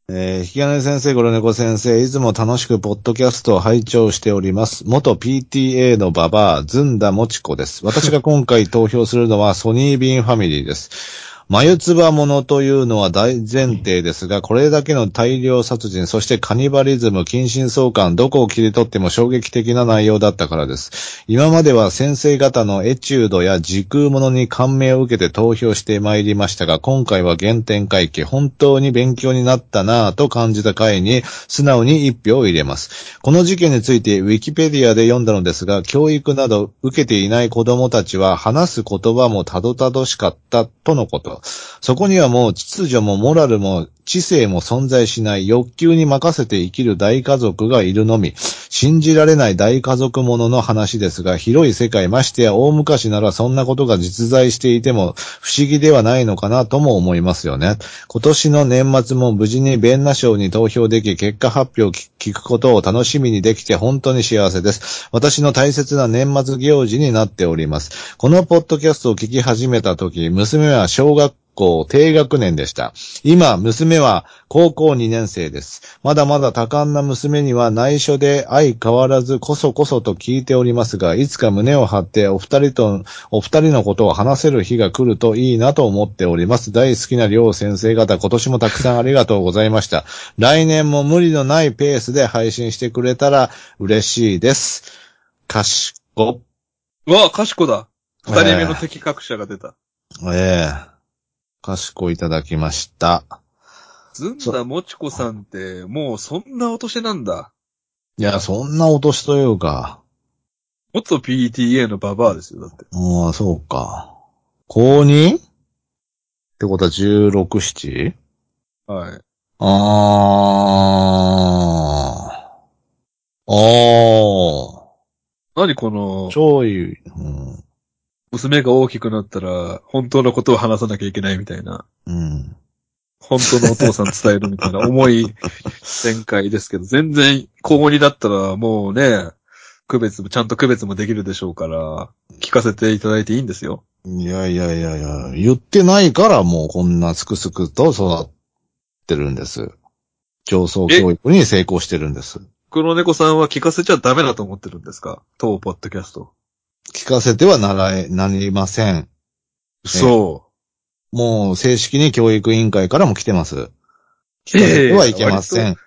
えー、引き金先生、黒猫先生、いつも楽しくポッドキャストを拝聴しております。元 PTA のババア、ずんだもちこです。私が今回投票するのはソニービンファミリーです。眉唾者というのは大前提ですが、これだけの大量殺人、そしてカニバリズム、近親相関、どこを切り取っても衝撃的な内容だったからです。今までは先生方のエチュードや時空物に感銘を受けて投票してまいりましたが、今回は原点回帰、本当に勉強になったなぁと感じた回に、素直に一票を入れます。この事件について、ウィキペディアで読んだのですが、教育など受けていない子供たちは話す言葉もたどたどしかったとのこと。そこにはもう秩序もモラルも知性も存在しない欲求に任せて生きる大家族がいるのみ、信じられない大家族ものの話ですが、広い世界ましてや大昔ならそんなことが実在していても不思議ではないのかなとも思いますよね。今年の年末も無事にベンナ賞に投票でき、結果発表を聞聞くことを楽しみにできて本当に幸せです。私の大切な年末行事になっております。このポッドキャストを聞き始めた時、娘は小学校低学年でした。今、娘は高校2年生です。まだまだ多感な娘には内緒で相変わらずこそこそと聞いておりますが、いつか胸を張ってお二人と、お二人のことを話せる日が来るといいなと思っております。大好きな両先生方、今年もたくさんありがとうございました。来年も無理のないペースで配信してくれたら嬉しいです。かしこ。うわ、かしこだ。二人目の敵格者が出た。ええかしこいただきました。ずんだもちこさんって、もうそんなお年なんだ。いや、そんな落としというか。元 PTA のババアですよ、だって。ああ、そうか。高 2? ってことは16、7? はい。ああ。あ何このあ。、ちょい、うん。娘が大きくなったら、本当のことを話さなきゃいけないみたいな、うん。本当のお父さん伝えるみ たいな重い展開ですけど、全然、高2だったらもうね、区別も、ちゃんと区別もできるでしょうから、聞かせていただいていいんですよ。いやいやいやいや、言ってないからもうこんなすくすくと育ってるんです。上層教育に成功してるんです。黒猫さんは聞かせちゃダメだと思ってるんですか当ポッドキャスト。聞かせてはならえ、なりません。そもう正式に教育委員会からも来てます。聞かせてはいけません。う。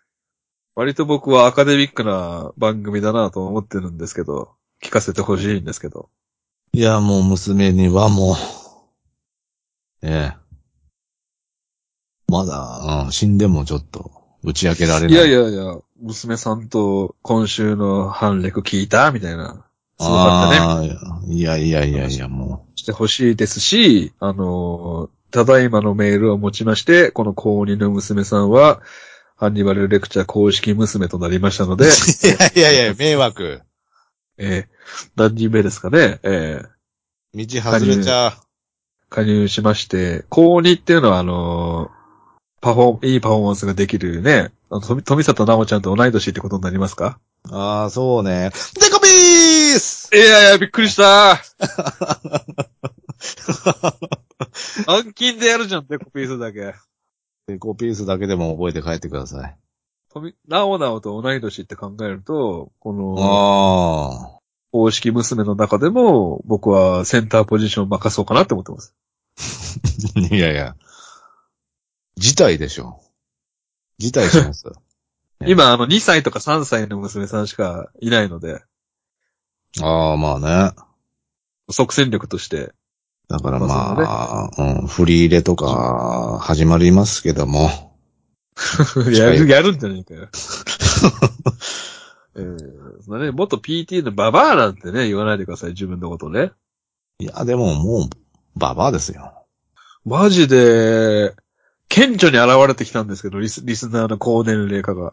割と僕はアカデミックな番組だなと思ってるんですけど、聞かせてほしいんですけど。いや、もう娘にはもう、ええ。まだ、うん、死んでもちょっと、打ち明けられない。いやいやいや、娘さんと今週の反歴聞いたみたいな。すごかったね。あーいやいやいやいや、もしてほしいですし、あのー、ただいまのメールをもちまして、この高2の娘さんは、ハンニバルレクチャー公式娘となりましたの で、う。いやいやいや、迷惑。えー何人目ですかね、えー道外れちゃう。加入しまして、高2っていうのはあのーパフォー、いいパフォーマンスができるね、あの富富里奈緒ちゃんと同い年ってことになりますかああ、そうね。デコピースいやいや、びっくり した暗金でやるじゃん、デコピースだけ。デコピースだけでも覚えて帰ってください。富、なおなおと同い年って考えると、この、ああ。公式娘の中でも、僕はセンターポジションを任そうかなって思ってます。いやいや。事態でしょ。事態します。ね今、あの、2歳とか3歳の娘さんしかいないので、ああ、まあね。即戦力として、だからままあ、うん、振り入れとか始まりますけども。やる、やるんじゃないかよ。 えー、そんなね、元 PT のババアなんてね、言わないでください、自分のことね。いや、でももう、ババアですよ。 マジで、顕著に現れてきたんですけど、リス、リスナーの高年齢化が。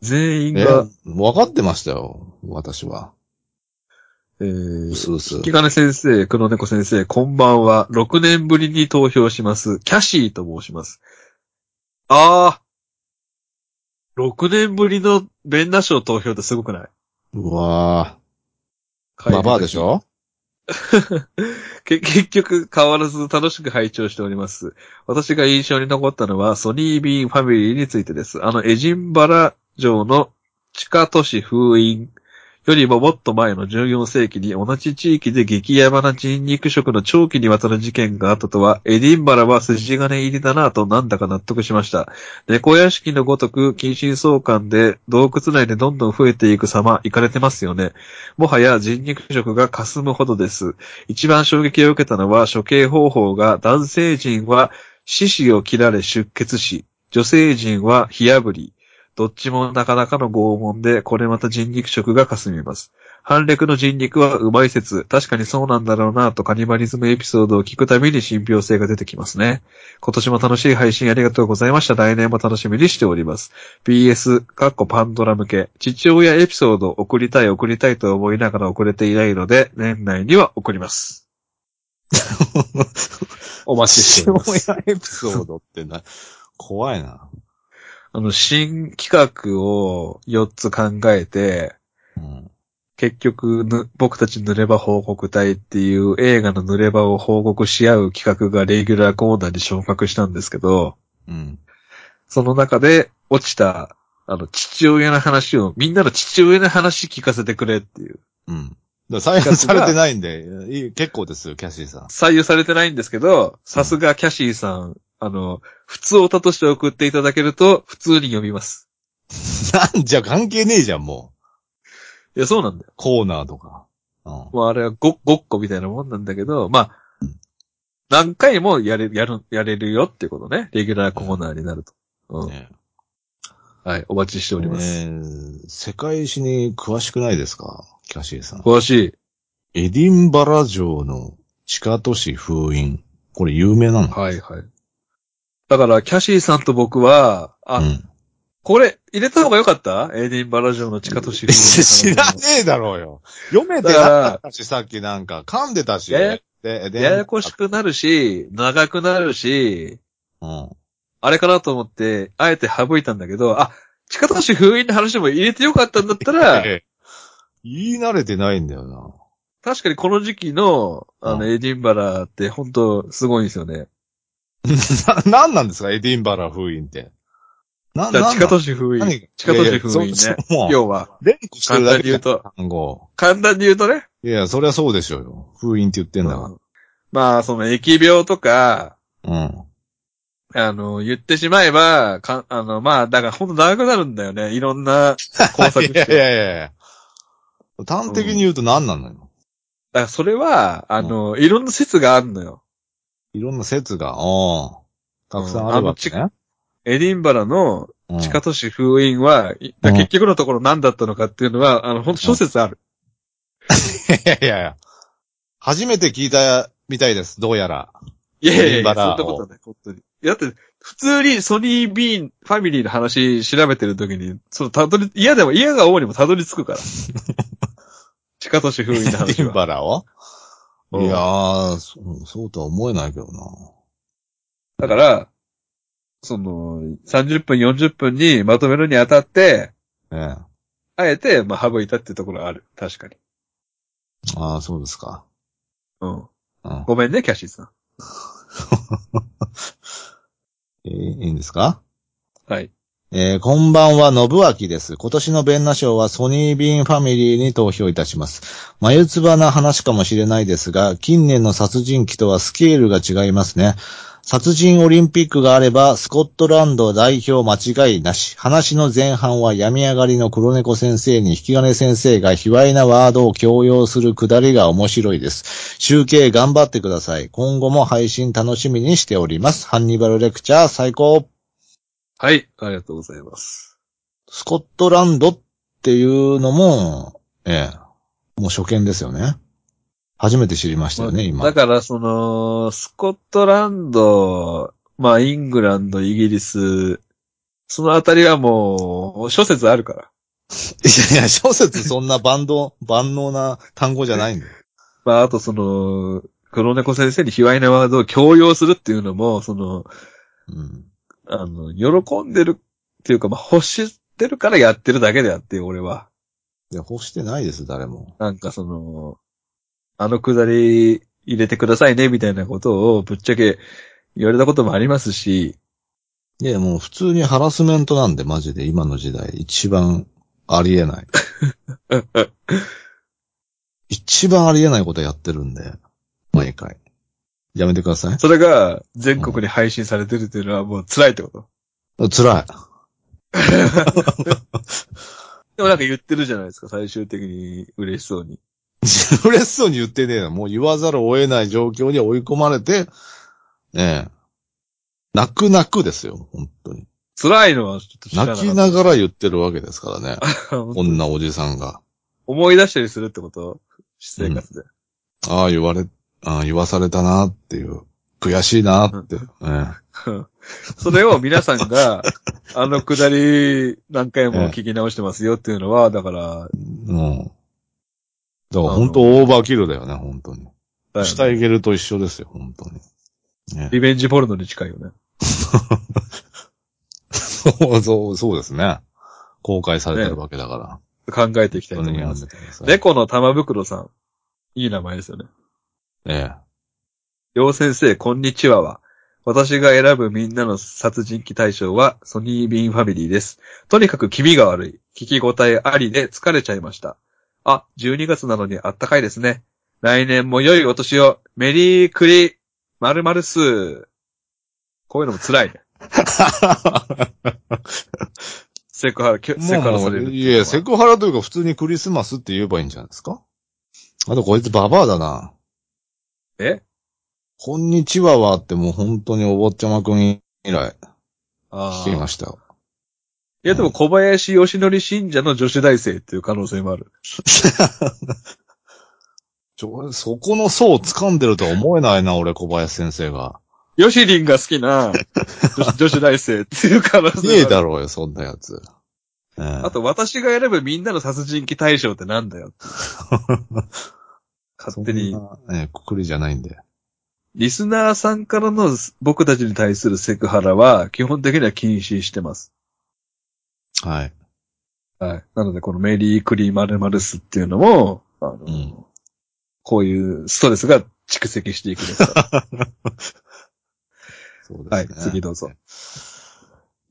全員え、が、分かってましたよ、私は。えーう、すうす。引き金先生、黒猫先生、こんばんは。6年ぶりに投票します。キャシーと申します。あー。6年ぶりの弁ナ賞投票ってすごくないうわ帰ぁ。りババアでしょけ 結局変わらず楽しく拝聴しております。私が印象に残ったのはソニービーンファミリーについてです。あのエジンバラ城の地下都市封印よりももっと前の14世紀に同じ地域で激ヤバな人肉食の長期にわたる事件があったとは、エディンバラは筋金入りだなぁとなんだか納得しました。猫屋敷のごとく近親相関で洞窟内でどんどん増えていく様、いかれてますよね。もはや人肉食が霞むほどです。一番衝撃を受けたのは処刑方法が男性陣は獅子を切られ出血し、女性陣は火炙り。どっちもなかなかの拷問で、これまた人肉食が霞みます。反略の人肉はうまい説、確かにそうなんだろうなとカニバリズムエピソードを聞くたびに信憑性が出てきますね。今年も楽しい配信ありがとうございました。来年も楽しみにしております。BS、かっこパンドラ向け、父親エピソード送りたい送りたいと思いながら送れていないので、年内には送ります。お待ちしております。父親エピソードってな、 怖いな。あの、新企画を4つ考えて、うん。結局ぬ、僕たち濡れ場報告隊っていう映画の濡れ場を報告し合う企画がレギュラーコーナーに昇格したんですけど、うん。その中で落ちた、あの、父親の話を、みんなの父親の話聞かせてくれっていう。うん。だから採用されてないんで、いい結構ですよ、キャシーさん。採用されてないんですけど、さすがキャシーさん、あの、普通オタとして送っていただけると、普通に読みます。なん じゃ関係ねえじゃん、もいや、そうなんだよう。。コーナーとか。うん。まあ、あれはごごっこみたいなもんなんだけど、まあ、何回もやれ、やる、やれるよっていうことね。レギュラーコーナーになると。うん。ねはい、お待ちしております。えー世界史に詳しくないですかキャシーさん。詳しい。エディンバラ城の地下都市封印。これ有名なのはい、はい。だから、キャシーさんと僕は、あ、うん。これ、入れた方が良かったエディンバラ城の地下都市風の話も 知らねえだろうよ。読めてなかったし、さっきなんか噛んでたし。ややででややこしくなるし、長くなるし、うん。あれかなと思って、あえて省いたんだけど、あ、地下都市封印の話も入れてよかったんだった ら、言い慣れてないんだよな。 確かにこの時期の、あうの、んエディンバラって本当すごいんですよね。な、なんなんですかエディンバラ封印って。だな、からなん地下都市市封印。地下都市封印ね。もう、要は、連呼してる簡だ単にけ言うでと、単語。簡単に言うとね。いや、そりゃそうでしょうよ。封印って言ってんだかうんまあ、その疫病とか、ら。うん。あの、言ってしまえば、かあの、まあ、だからほんと長くなるんだよね。いろんな工作し いやいて。やいやいや。端的に言うと何なのよ。だからそれは、あの、いろんな説があるのよ。いろんな説が、うん。たくさんあるわけうんあね。エディンバラのうん地下都市封印は、いだから結局のところ何だったのかっていうのは、あの、ほんと諸説ある。いやいやいや。初めて聞いたみたいです、どうやら。いやいやいエディンや、バそんラなをことはない、本当に。だって、普通にソニー・ビーン、ファミリーの話調べてる時に、その、たどり、嫌でも、嫌が王にもたどり着く から。地下都市封印エのデ話ィンは。バラをいうんやー、そうそうとは思えないけどな。だから、その、30分、40分にまとめるにあたって、ええ。あえて、まあ、省いたってところはある。確かに。ああ、そうですか。うん。うん。ごめんね、キャシーさえいいんですかん。はい。えーこんばんは、信明です。今年の弁ナ賞はソニービーンファミリーに投票いたします。眉唾な話かもしれないですが、近年の殺人鬼とはスケールが違いますね。殺人オリンピックがあれば、スコットランド代表間違いなし。話の前半は病み上がりの黒猫先生に引き金先生が卑猥なワードを強要するくだりが面白いです。集計頑張ってください。今後も配信楽しみにしております。ハンニバルレクチャー最高はい。ありがとうございます。スコットランドっていうのも、ええ、もう初見ですよね。初めて知りましたよね、だ今。から、その、スコットランド、まあ、イングランド、イギリス、そのあたりはもう、諸説あるから。いやいや、小説そんな万能、 万能な単語じゃないんだよ。まあ、あとその、黒猫先生に卑猥なワードを強要するっていうのも、その、うん。あの、喜んでるっていうか、まあ、欲してるからやってるだけであって、俺は。いや、欲してないです、誰も。なんかその、あのくだり入れてくださいね、みたいなことをぶっちゃけ言われたこともありますし、いや、もう普通にハラスメントなんで、マジで、今の時代、一番ありえない。一番ありえないことやってるんで、毎回。やめてください。それが全国に配信されてるっていうのはもう辛いってこと。辛い。でもなんか言ってるじゃないですか、最終的に嬉しそうに。嬉しそうに言ってねえな。もう言わざるを得ない状況に追い込まれて、ねえ。泣く泣くですよ、本当に。辛いのはちょっと知らな泣かったきながら言ってるわけですからね。本当こにんなおじさんが。 思い出したりするってこと私生活で。ああ、言われ、ああ、言わされたなっていう。悔しいなって。ええそれを皆さんが、 あのくだり何回も聞き直してますよっていうのは、だから、うん。だから本当オーバーキルだよね、本当に。だよね下イゲルと一緒ですよ、本当に。 ね、リベンジポルノに近いよね。そう、そう、そうですね。公開されてるわけだから。考えていきたいと本思当にいやまめす。てください。猫の玉袋さん。いい名前ですよね。えよう先生、こんにちはは。私が選ぶみんなの殺人鬼大賞はソニー・ビーン・ファミリーです。とにかく気味が悪い。聞き応えありで疲れちゃいました。あ、12月なのにあったかいですね。来年も良いお年を。メリークリ、まるまるす。こういうのも辛いね。 セクハラ、きょ え。セクハラされもるういや、セククハラというか普通にクリスマスって言えばいいんじゃないですかあとこいつババアだな。えこんにちははってもう本当にお坊ちゃまくん以来あ聞あ。きまいしたよ。 や、でも小林義則信者の女子大生っていう可能性もある。ちょ、そこの層を掴んでるとは思えないな、俺、小林先 生が。ヨシリンが好きな女子女子大生っていう可能性があ ねるえだろうよ、そんなやつ。ええあと、私が選ぶみんなの殺人鬼大賞ってなんだよっていう。勝手に そ、んなええくくりじゃないんで。リスナーさんからの僕たちに対するセクハラは、基本的には禁止してます。はい。はい。なので、このメリークリーマルマルスっていうのも、あの、うんこういうストレスが蓄積していくんで すから。そうはでい。すね。次どうぞ。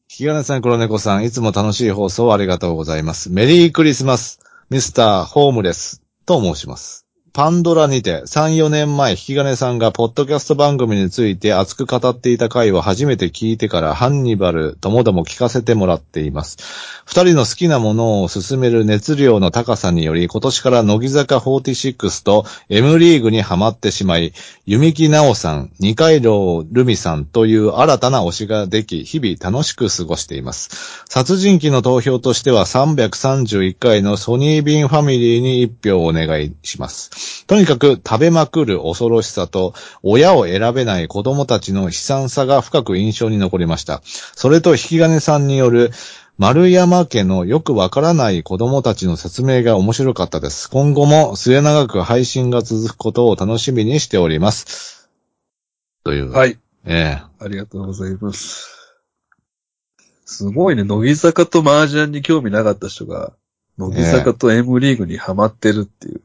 ひがねさん、黒猫さん、いつも楽しい放送ありがとうございます。メリークリスマス、ミスターホームレスと申します。パンドラにて3、4年前、ひがねさんがポッドキャスト番組について熱く語っていた回を初めて聞いてからハンニバルともども聞かせてもらっています。二人の好きなものを進める熱量の高さにより、今年から乃木坂46と M リーグにハマってしまい、弓木奈緒さん、二階堂ルミさんという新たな推しができ、日々楽しく過ごしています。殺人鬼の投票としては331回のソニービンファミリーに一票をお願いします。とにかく食べまくる恐ろしさと、親を選べない子供たちの悲惨さが深く印象に残りました。それと引き金さんによる、丸山家のよくわからない子供たちの説明が面白かったです。今後も末長く配信が続くことを楽しみにしております。という。。はいい。ええありがとうございます。すごいね。乃木坂と麻雀に興味なかった人が、乃木坂と M リーグにハマってるっていう。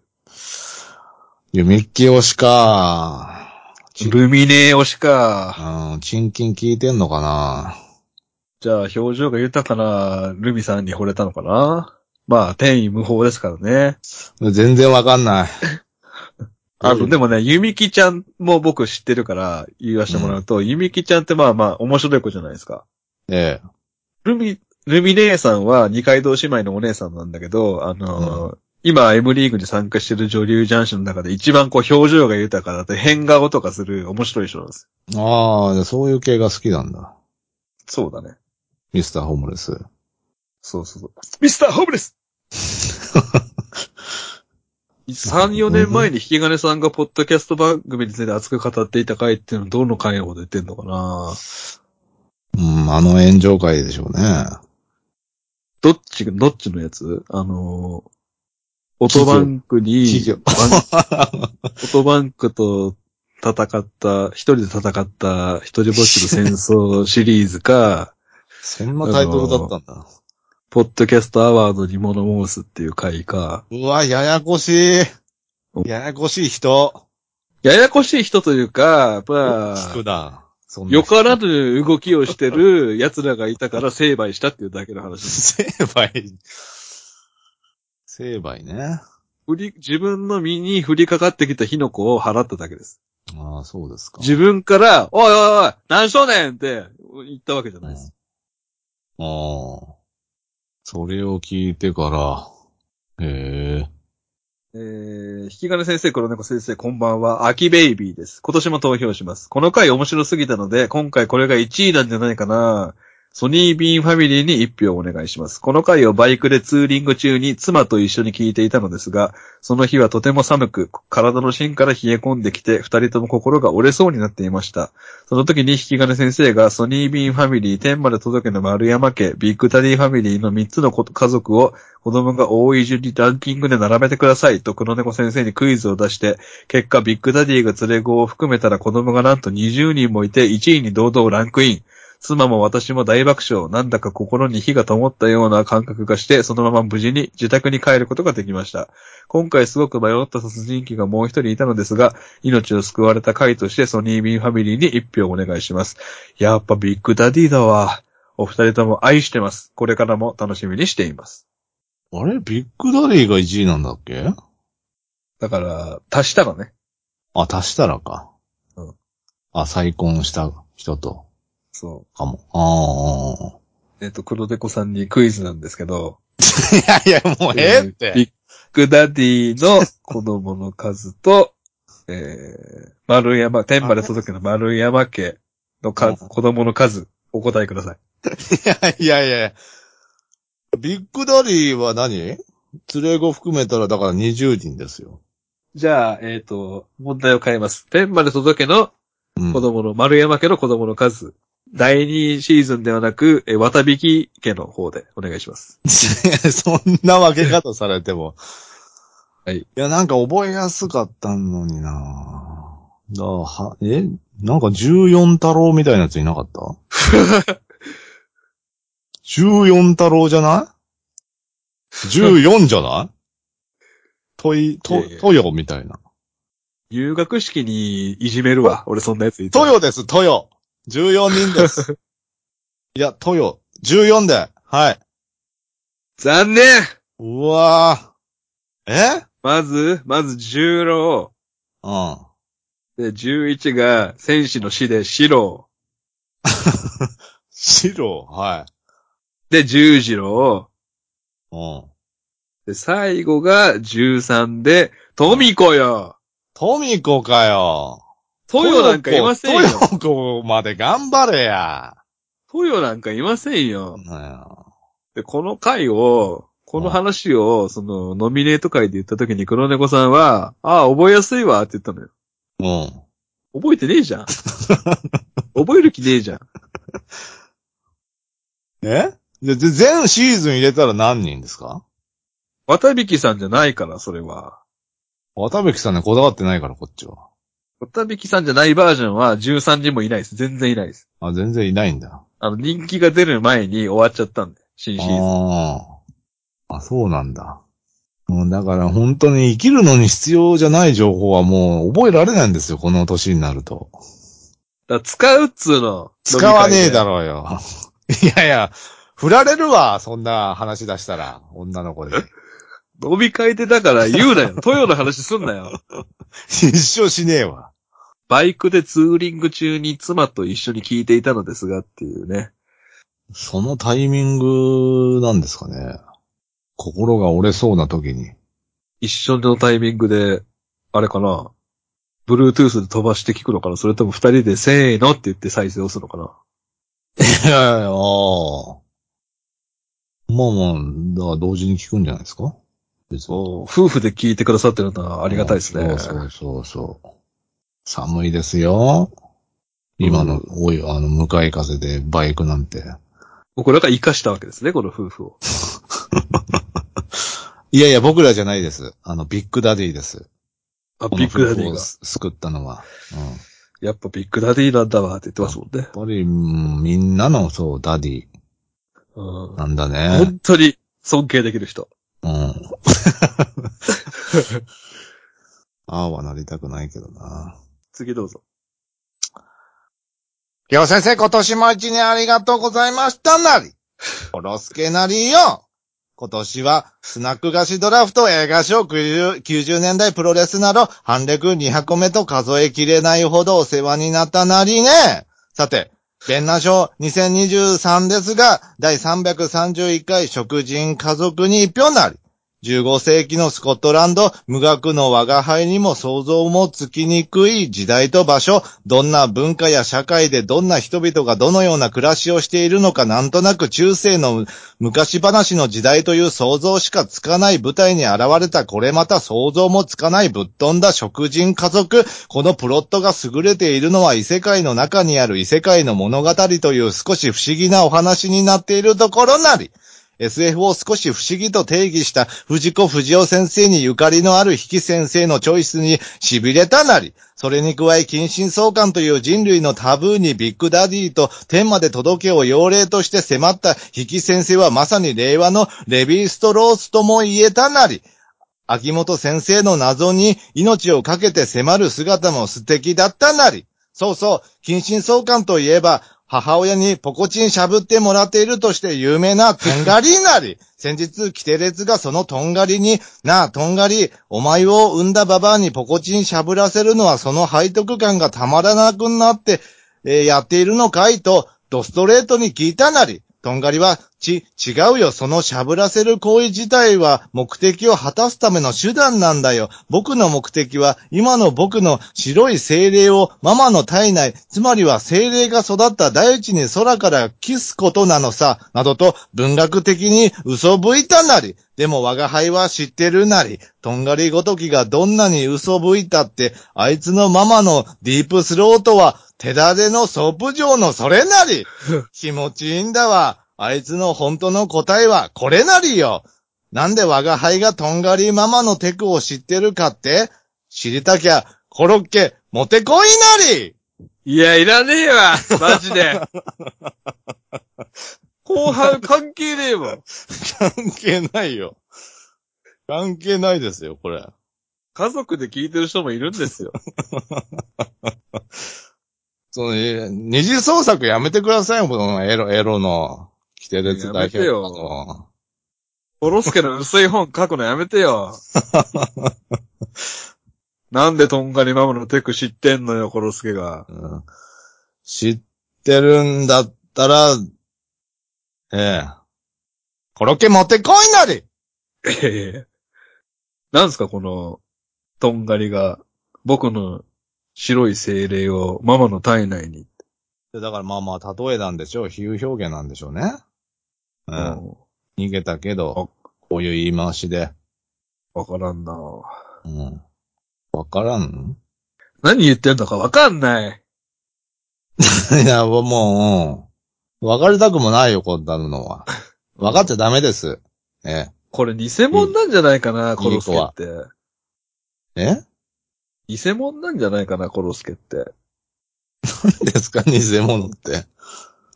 弓木推しか。ルミネ推しか。うん、チンキン聞いてんのかなじゃあ、表情が豊かなルミさんに惚れたのかなまあ、天意無法ですからね。全然わかんない。 あの、でもね、ゆみきちゃんも僕知ってるから言わせてもらうと、ゆみきちゃんってまあまあ面白い子じゃないですか。ええルミ、ルミ姉さんは二階堂姉妹のお姉さんなんだけど、あのー今 M リーグに参加してる女流雀士の中で一番こう表情が豊かだって変顔とかする面白い人なんですよ。ああ、そういう系が好きなんだ。そうだね。ミスターホームレス。 そうそうそう。ミスターホームレス3、4年前に引き金さんがポッドキャスト番組について熱く語っていた回っていうのはどの回のこと言ってんのかなうん、あの炎上会でしょうね。どっち、どっちのやつあのー、オトバンクに、企業バンオトバンクと戦った、一人で戦った一人ぼっちの戦争シリーズか、 そんなタイトルだったんだ。ポッドキャストアワードに物申すっていう回か、うわ、ややこしい。ややこしい人。ややこしい人というか、やっぱ、聞くな。そんなよからぬ動きをしてる奴らがいたから成敗したっていうだけの話。 成敗。成敗ね。振り、自分の身に降りかかってきた火の粉を払っただけです。ああ、そうですか。自分から、おいおいおい、何少年って言ったわけじゃないです。ああ。それを聞いてから、へえ。えー、引き金先生、黒猫先生、こんばんは。秋ベイビーです。今年も投票します。この回面白すぎたので、今回これが1位なんじゃないかな。ソニービーンファミリーに1票お願いします。この回をバイクでツーリング中に妻と一緒に聞いていたのですが、その日はとても寒く、体の芯から冷え込んできて、二人とも心が折れそうになっていました。その時に引き金先生がソニービーンファミリー、天まで届けの丸山家、ビッグダディファミリーの3つの子家族を子供が多い順にランキングで並べてくださいと黒猫先生にクイズを出して、結果ビッグダディが連れ子を含めたら子供がなんと20人もいて1位に堂々ランクイン。妻も私も大爆笑。なんだか心に火が灯ったような感覚がして、そのまま無事に自宅に帰ることができました。今回すごく迷った殺人鬼がもう一人いたのですが、命を救われた回としてソニービンファミリーに一票お願いします。やっぱビッグダディだわ。お二人とも愛してます。これからも楽しみにしています。あれビッグダディが1位なんだっけだから、足したらね。あ、足したらか。うん。あ、再婚した人と、そかも。あう。えっ、と、黒猫さんにクイズなんですけど。あ。 いやいや、もうええっービて。ッグダディ の子供の数と、えー、丸山、天まで届けの丸山家の数、うん子供の数、お答えください。 いやいやいや。ビッグダディは何連れ子含めたらだから20人ですよ。じゃあ、えっ、と、問題を変えます。天まで届けのうん子供の、丸山家の子供の数。第2シーズンではなく、えー、渡引家の方でお願いします。 そんな分け方されても。はいいや、なんか覚えやすかったのになだは、えなんか14太郎みたいなやついなかった ?14 太郎じゃない ?14 じゃない 問い、いとやいや、とよみたいな。入学式にいじめるわ。俺そんなやついたとら。よです、とよ。14人です。 いや、とよ。14で。はい。残念うわぁ。えまず、まず十郎。うん。で、十一が戦士の死で四郎。白、はい。で、十次郎。うん。で、最後が十三で、富子よトミコかよ。トヨなんかいませんよトヨコまで頑張れや。トヨなんかいませんようん。あで、この回を、この話を、その、ノミネート会で言った時に黒猫さんは、ああ、覚えやすいわって言ったのよ。うん。覚えてねえじゃん。覚える気ねえじゃん。えで、で全シーズン入れたら何人ですか渡引さんじゃないから、それは。渡部さんね、こだわってないから、こっちは。渡引さんじゃないバージョンは13人もいないです。全然いないです。あ、全然いないんだ。あの、人気が出る前に終わっちゃったんで、新シーズン。ああ。あ、そうなんだ。うん、だから本当に生きるのに必要じゃない情報はもう覚えられないんですよ、この年になると。だから使うっつうの。使わねえだろ。ろうよ。 いやいや、振られるわ、そんな話出したら、女の子で。飲み会でだから言うなよ。トヨの話すんな よ。 一生しねえわ。バイクでツーリング中に妻と一緒に聞いていたのですがっていうね。そのタイミングなんですかね。心が折れそうな時 に。一緒のタイミングで、あれかな。Bluetooth で飛ばして聞くのかなそれとも二人でせーのって言って再生をするのかないやいや、ああ。まあまあ、だから同時に聞くんじゃないですか別に。お夫婦で聞いてくださってるのはあありがたいですね。そうそうそうそう。寒いですよ。今の、おい、あの、向かい風でバイクなんて。僕らが活かしたわけですね、この夫婦を。いやいや、僕らじゃないです。あの、ビッグダディです。あ、ビッグダデこィの夫婦をが。救ったのは。うん。やっやっぱビッグダディなんだわって言ってますもんね。ぱり、うんみんなの、そう、ダディうん。なんだね。本当に尊敬できる人。うん。 ああはなりたくないけどな。次どうぞ。りょう先生、今年も一年ありがとうございましたなり。コロスケなりよ。今年は、スナック菓子ドラフト映画賞90 90年代プロレスなど、反略200個目と数えきれないほどお世話になったなりね。さて、弁ナ賞2023ですが、第331回食人家族に一票なり。15世紀のスコットランド、無学の我が輩にも想像もつきにくい時代と場所、どんな文化や社会でどんな人々がどのような暮らしをしているのかなんとなく中世の昔話の時代という想像しかつかない舞台に現れたこれまた想像もつかないぶっ飛んだ食人家族、このプロットが優れているのは異世界の中にある異世界の物語という少し不思議なお話になっているところなり。SF を少し不思議と定義した藤子不二雄先生にゆかりのある引き先生のチョイスに痺れたなり、それに加え近親相関という人類のタブーにビッグダディと天まで届けを要令として迫った引き先生はまさに令和のレビーストロースとも言えたなり、秋元先生の謎に命を懸けて迫る姿も素敵だったなり。そうそう、近親相関といえば、母親にポコチンしゃぶってもらっているとして有名なトンガリなり。先日、キテレツがそのトンガリに、なあ、トンガリ、お前を産んだババアにポコチンしゃぶらせるのはその背徳感がたまらなくなって、えーやっているのかいと、ドストレートに聞いたなり、とんがりは、ち、違うよ。そのしゃぶらせる行為自体は目的を果たすための手段なんだよ。僕の目的は、今の僕の白い精霊をママの体内、つまりは精霊が育った大地に空からキスことなのさ、などと文学的に嘘ぶいたなり。でも我が輩は知ってるなり、とんがりごときがどんなに嘘ぶいたって、あいつのママのディープスロートは、手だれのソープ状のそれなり。気持ちいいんだわ。あいつの本当の答えはこれなりよ。なんで我が輩がとんがりママのテクを知ってるかって知りたきゃ、コロッケ、持ってこいなりいや、いらねえわマジ で後半関係ねえもん関係ないよ。関係ないですよ、これ。家族で聞いてる人もいるんですよ。その、えー二次創作やめてくださいよ、このエロ、エロの、規定列代表やめてよの。ボロスケの薄い本書くのやめて よ。なんでトンガリママのテク知ってんのよ、コロスケが。うん知ってるんだったら、ええ。コロッケ持ってこいなりええ。なんですか、この、とんがりが、僕の白い精霊をママの体内に。でだからまあまあ、例えなんでしょう。比喩表現なんでしょうね。う。うん逃げたけどあ、こういう言い回しで。わからんなうん。わからん何言ってんのかわかんない。 いや、もう、わかりたくもないよ、こんな のは。わかっちゃダメです。えこれ偽物なんじゃないかな、コロスケって。え。え 偽物なんじゃないかな、コロスケって。ですか偽物って。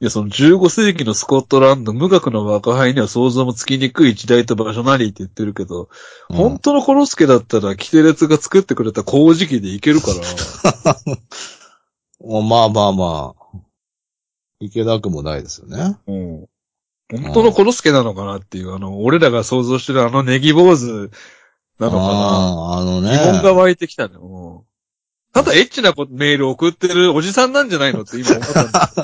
いや、その15世紀のスコットランド、無学の若輩には想像もつきにくい時代と場所なりって言ってるけど、うん本当のコロスケだったら、キテレツが作ってくれた工事機でいけるから。おまあまあまあ。いけなくもないですよね。うん。本当のコロスケなのかなっていう、あの、俺らが想像してるあのネギ坊主なのかああ、あのな。疑問が ね。湧いてきたね。うん。ただエッチなこメール送ってるおじさんなんじゃないのって今思ったんだ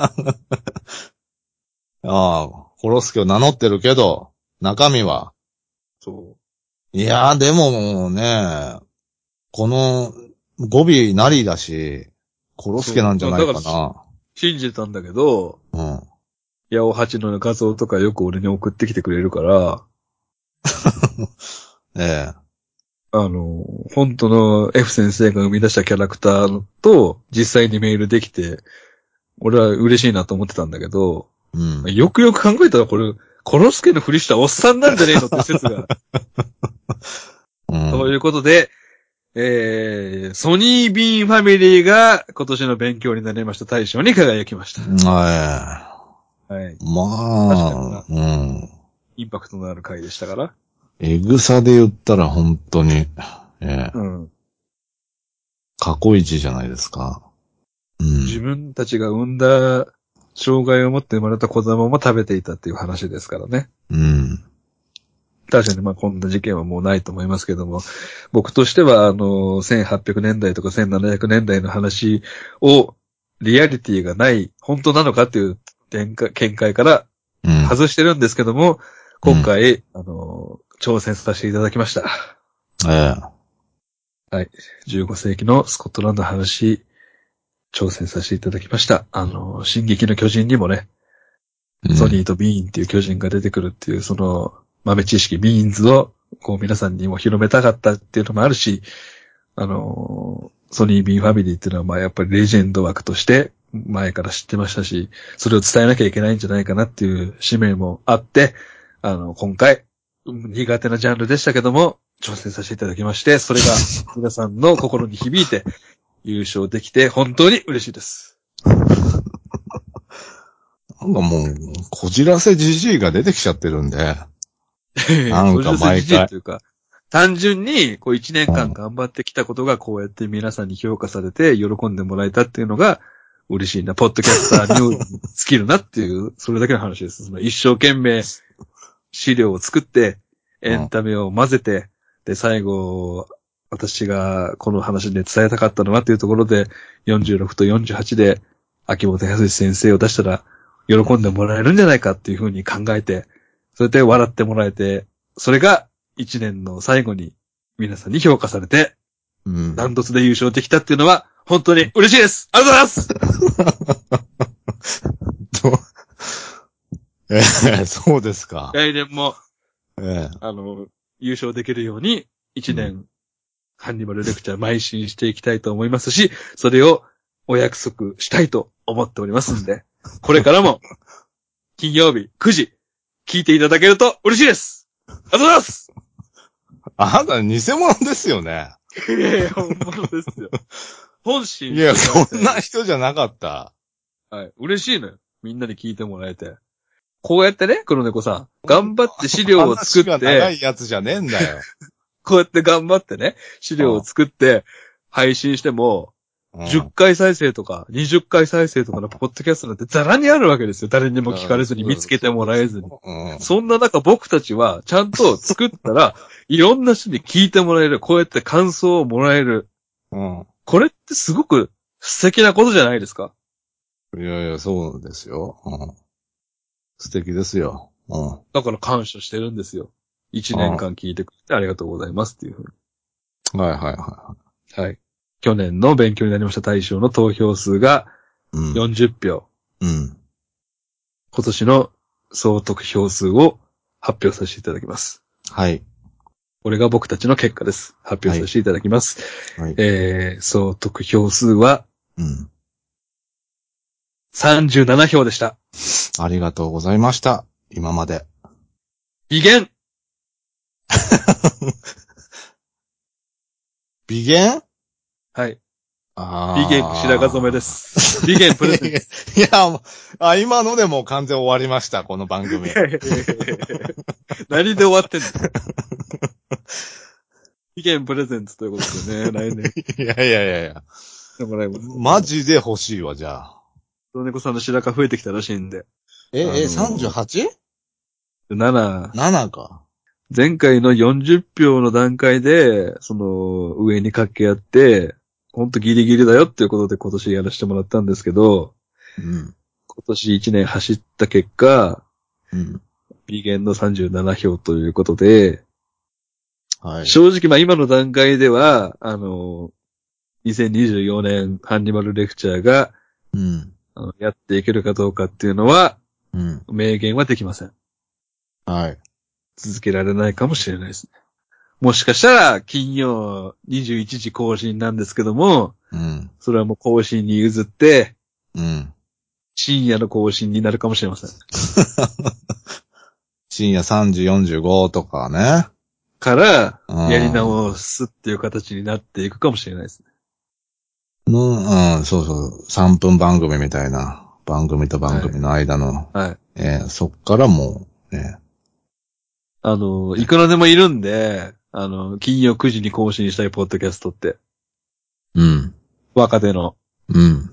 ああ、コロスケを名乗ってるけど、中身は。そいやー、でももうね、この語尾なりだし、コロスケなんじゃないかそうだな。う。信じてたんだけど、うん。ヤオハチの画像とかよく俺に送ってきてくれるから、ええ。あの、本当の F 先生が生み出したキャラクターと実際にメールできて、俺は嬉しいなと思ってたんだけど、うん。よくよく考えたらこれ、コロスケのふりしたおっさんなんじゃねえのっていう説が。 うんということで、えー、ソニービーンファミリーが今年の勉強になりました大賞に輝きました。ははい。い。まあ、うん。インパクトのある回でしたから。エグさで言ったら本当に、ええ、うん。過去一じゃないですか。う自ん。分たちが産んだ障害を持って生まれた子供も食べていたっていう話ですからね。うん。確かにまあこんな事件はもうないと思いますけども、僕としてはあの、1800年代とか1700年代の話をリアリティがない、本当なのかっていう見解見解からうん。外してるんですけども、今回、あの、挑戦させていただきました。え15世紀のスコットランドの話、挑戦させていただきました。あの、進撃の巨人にもね、え。うんソニーとビーンっていう巨人が出てくるっていう、その豆知識、ビーンズを、こう皆さんにも広めたかったっていうのもあるし、あのー、ソニービーンファミリーっていうのは、まあやっぱりレジェンド枠として、前から知ってましたし、それを伝えなきゃいけないんじゃないかなっていう使命もあって、あの、今回、うん苦手なジャンルでしたけども、挑戦させていただきまして、それが皆さんの心に響いて、優勝できて、本当に嬉しいです。なんかもう、こじらせじじいが出てきちゃってるんで。 なんか毎回それじゃというか、単純に、こう一年間頑張ってきたことが、こうやって皆さんに評価されて、喜んでもらえたっていうのが、嬉しいな、ポッドキャスターに尽きるなっていう、それだけの話です。その一生懸命、資料を作って、エンタメを混ぜて、で、最後、私がこの話で伝えたかったのはっていうところで、46と48で、秋元康先生を出したら、喜んでもらえるんじゃないかっていうふうに考えて、それで笑ってもらえて、それが一年の最後に皆さんに評価されて、うん。断トツで優勝できたっていうのは、本当に嬉しいですありがとうございます と。 ええ、そうですか。来年も、ええ。あの、優勝できるように、一年、ハンニバルレクチャー邁進していきたいと思いますし、それをお約束したいと思っておりますんで、これからも、金曜日9時、聞いていただけると嬉しいですありがとうございますあなた偽物ですよね。いやいや、本物ですよ。 本心。いや、そんな人じゃなかった。はい。嬉しいのよ。みんなに聞いてもらえて。こうやってね、黒猫さん。頑張って資料を作話がっ長て、いやつじゃねえん だよ。こうやって頑張ってね、資料を作って、配信しても、うん10回再生とか、20回再生とかのポッドキャストなんてザラにあるわけですよ。誰にも聞かれずに、うん見つけてもらえずに。うん。そんな中僕たちは、ちゃんと作ったら、いろんな人に聞いてもらえる。こうやって感想をもらえる。うん。これってすごく素敵なことじゃないですかいやいや、そうですよ。うん。素敵ですよ。うん。だから感謝してるんですよ。一年間聞いてくれてありがとうございますっていうふうはいはいはに。はい。去年の勉強になりました大賞の投票数がい。うん。 40票。うん。今年の総得票数を発表させていただきます。はい。これが僕たちの結果です。発表させていただきます。はい。えー、総得票数はうん。 37票でした。ありがとうございました。今まで。威厳美言はい。あ美厳白髪染めで。す。美厳プレゼント。 いや、もうあ、今のでもう完全終わりました、この番組。何で終わってんの意見プレゼンツということでね、来年いやいやいやいや。でもらいます。マジで欲しいわ、じゃあ。黒猫さんの白髪増えてきたらしいんで。え、あのえ、ー 38?7 7、か。前回の40票の段階で、その、上に掛け合って、ほんとギリギリだよっていうことで今年やらせてもらったんですけど、うん。今年1年走った結果、うん。微減の37票ということで、はい。正直、まあ今の段階では、あの、2024年ハンニバルレクチャーがうん。あのやっていけるかどうかっていうのは、うん。明言はできません。はい。続けられないかもしれないですね。もしかしたら、金曜21時更新なんですけども、うん。それはもう更新に譲って、うん。深夜の更新になるかもしれません。深夜3時45とかね。から、うんやり直すっていう形になっていくかもしれないですね。の、うん、そうそう、3分番組みたいな、番組と番組の間の、はい。えーそっからもう、ね、あの、いくらでもいるんで、あの、金曜9時に更新したいポッドキャストって、うん、若手の、うん、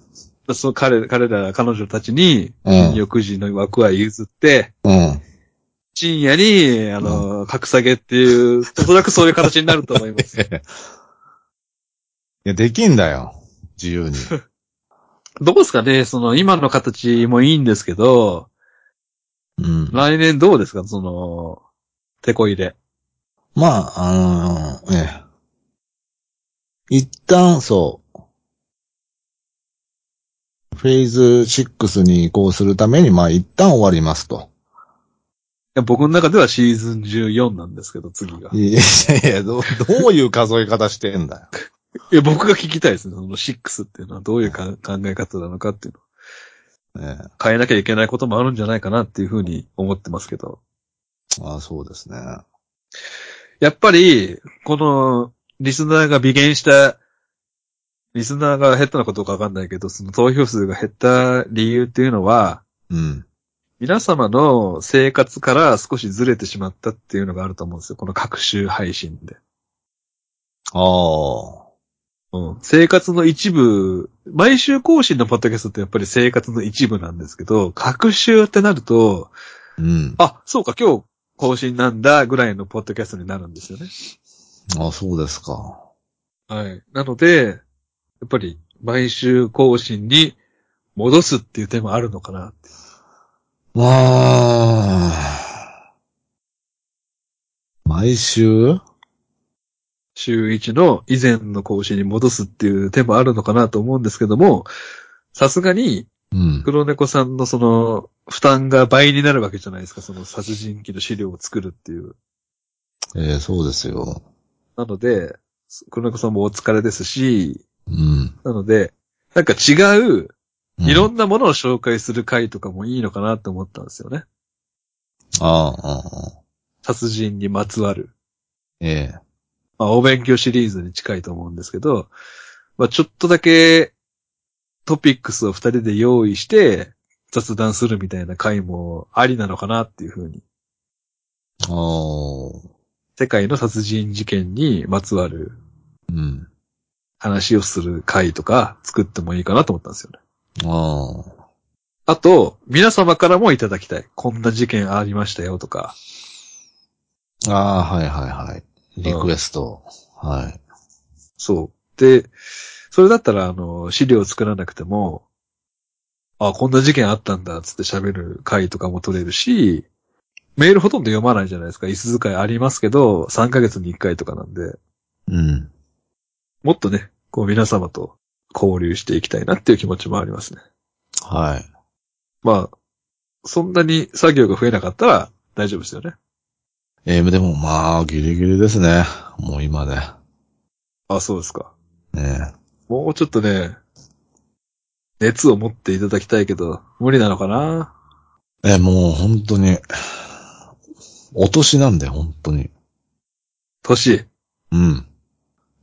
その彼、彼ら、彼女たちに、うん金曜9時の枠は譲って、うん。深夜に、あの、格下げっていう、おそらくそういう形になると思います。いや、できんだよ。自由に。どうですかねその、今の形もいいんですけど、うん。来年どうですかその、手こ入れ。まあ、あのーね。一旦、そう。フェーズ6に移行するために、まあ、一旦終わりますと。いや僕の中ではシーズン14なんですけど、次が。いやいやいや、どう、どういう数え方してんだよ。いや、僕が聞きたいですね。その6っていうのはどういうか考え方なのかっていうの。ね変えなきゃいけないこともあるんじゃないかなっていうふうに思ってますけど。ああ、そうですね。やっぱり、この、リスナーが微減した、リスナーが減ったのかどうかわかんないけど、その投票数が減った理由っていうのは、うん。皆様の生活から少しずれてしまったっていうのがあると思うんですよ。この各種配信で。ああ。うん。生活の一部、毎週更新のポッドキャストってやっぱり生活の一部なんですけど、各週ってなると、うん。あ、そうか、今日更新なんだぐらいのポッドキャストになるんですよね。ああ、そうですか。はい。なので、やっぱり毎週更新に戻すっていう手もあるのかなって。まあ。毎週週一の以前の更新に戻すっていう手もあるのかなと思うんですけども、さすがにうん。黒猫さんのその、負担が倍になるわけじゃないですか、その殺人鬼の資料を作るっていう。ええそうですよ。なので、黒猫さんもお疲れですし、うん。なので、なんか違う、うんいろんなものを紹介する回とかもいいのかなと思ったんですよね。ああ、ああ、殺人にまつわる。ええまあ、お勉強シリーズに近いと思うんですけど、まあ、ちょっとだけトピックスを二人で用意して雑談するみたいな回もありなのかなっていうふうに。ああ、世界の殺人事件にまつわるうん。話をする回とか作ってもいいかなと思ったんですよね。ああ、あと、皆様からもいただきたい。こんな事件ありましたよとか。ああ、はいはいはい。リクエスト。はい。そう。で、それだったら、あの、資料を作らなくても、あ、こんな事件あったんだ、つって喋る回とかも取れるし、メールほとんど読まないじゃないですか。椅子使いありますけど、3ヶ月に1回とかなんで、うん。もっとね、こう皆様と交流していきたいなっていう気持ちもありますね。はい。まあ、そんなに作業が増えなかったら大丈夫ですよね。ええでもまあ、ギリギリですね。もう今で。あ、そうですか。ねもうちょっとね、熱を持っていただきたいけど、無理なのかなえ。ええもう本当に、お年なんで、本当に。年。うん。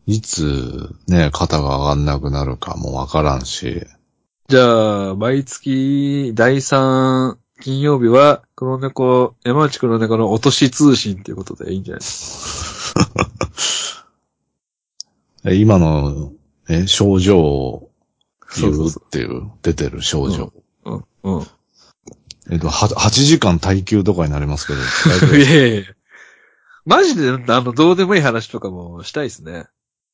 いつ、ね、肩が上がんなくなるかもわからんし。じゃあ、毎月第3金曜日は、黒猫、山内黒猫の落とし通信ということでいいんじゃないですか。え今の、え、症状を言うっそていう、出てる症状。う。うん。うん。えっと、は、8時間耐久とかになりますけ ど。いやいやいやマジで、あの、どうでもいい話とかもしたいですね。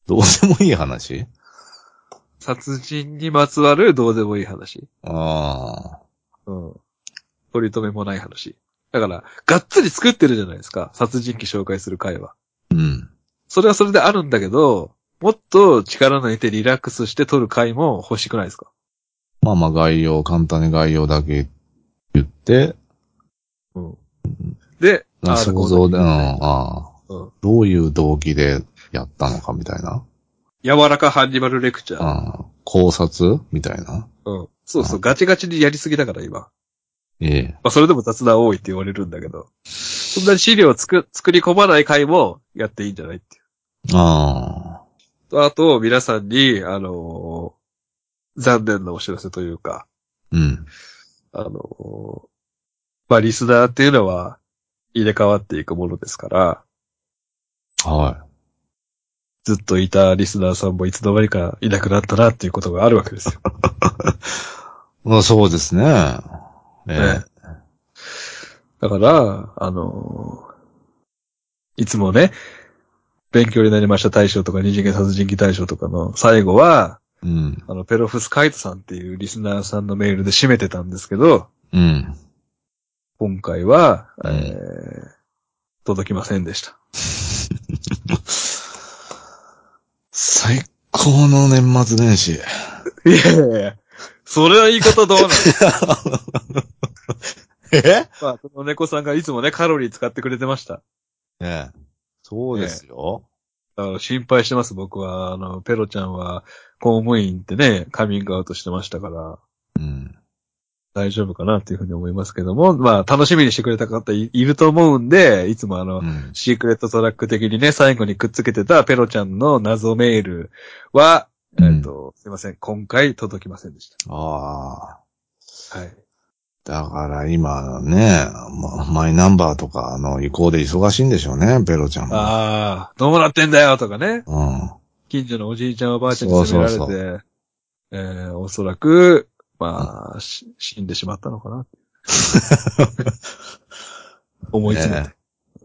どうでもいい話殺人にまつわるどうでもいい話。ああ。うん。取り留めもない話。だから、がっつり作ってるじゃないですか。殺人鬼紹介する会は。うん。それはそれであるんだけど、もっと力抜いてリラックスして撮る回も欲しくないですかまあまあ概要、簡単に概要だけ言って、うん。で、なあー想像で、うこん、だああ。うんどういう動機でやったのかみたいな。柔らかハンニバルレクチャー。ああ考察みたいな。うん。そうそう、ガチガチにやりすぎだから今。ええ。まあ、それでも雑談多いって言われるんだけど。そんなに資料をつく、作り込まない回もやっていいんじゃないっていあう。あと、皆さんに、あのー残念なお知らせというか、ーうん。あのーまあ、リスナーっていうのは入れ替わっていくものですから、はずっといたリスナーさんもいつの間にかいなくなったなっていうことがあるわけですよ。い。まあそうですね。ええねだから、あのーいつもね、勉強になりました大賞とか二次元殺人鬼大賞とかの最後は、うん。あの、ペロフスカイトさんっていうリスナーさんのメールで締めてたんですけど、うん。今回は、うんえー、届きませんでした。最高の年末年始。いやいやいや、それは言い方 どうなのえまあ、この猫さんがいつもね、カロリー使ってくれてました。ええ。そうですよ。だから心配してます、僕は。あの、ペロちゃんは公務員ってね、カミングアウトしてましたから。うん。大丈夫かなっていうふうに思いますけども、まあ、楽しみにしてくれた方いいると思うんで、いつもあの、うん。シークレットトラック的にね、最後にくっつけてたペロちゃんの謎メールは、うんえっと、すいません、今回届きませんでしああ。た。はい。だから今ね、まマイナンバーとかの移行で忙しいんでしょうね、ベロちゃんも。ああ、どうなってんだよとかね、うん。近所のおじいちゃんおばあちゃんに責められて、そうそうえー、おそらく、まあ、し死んでしまったのかな。思い詰めて。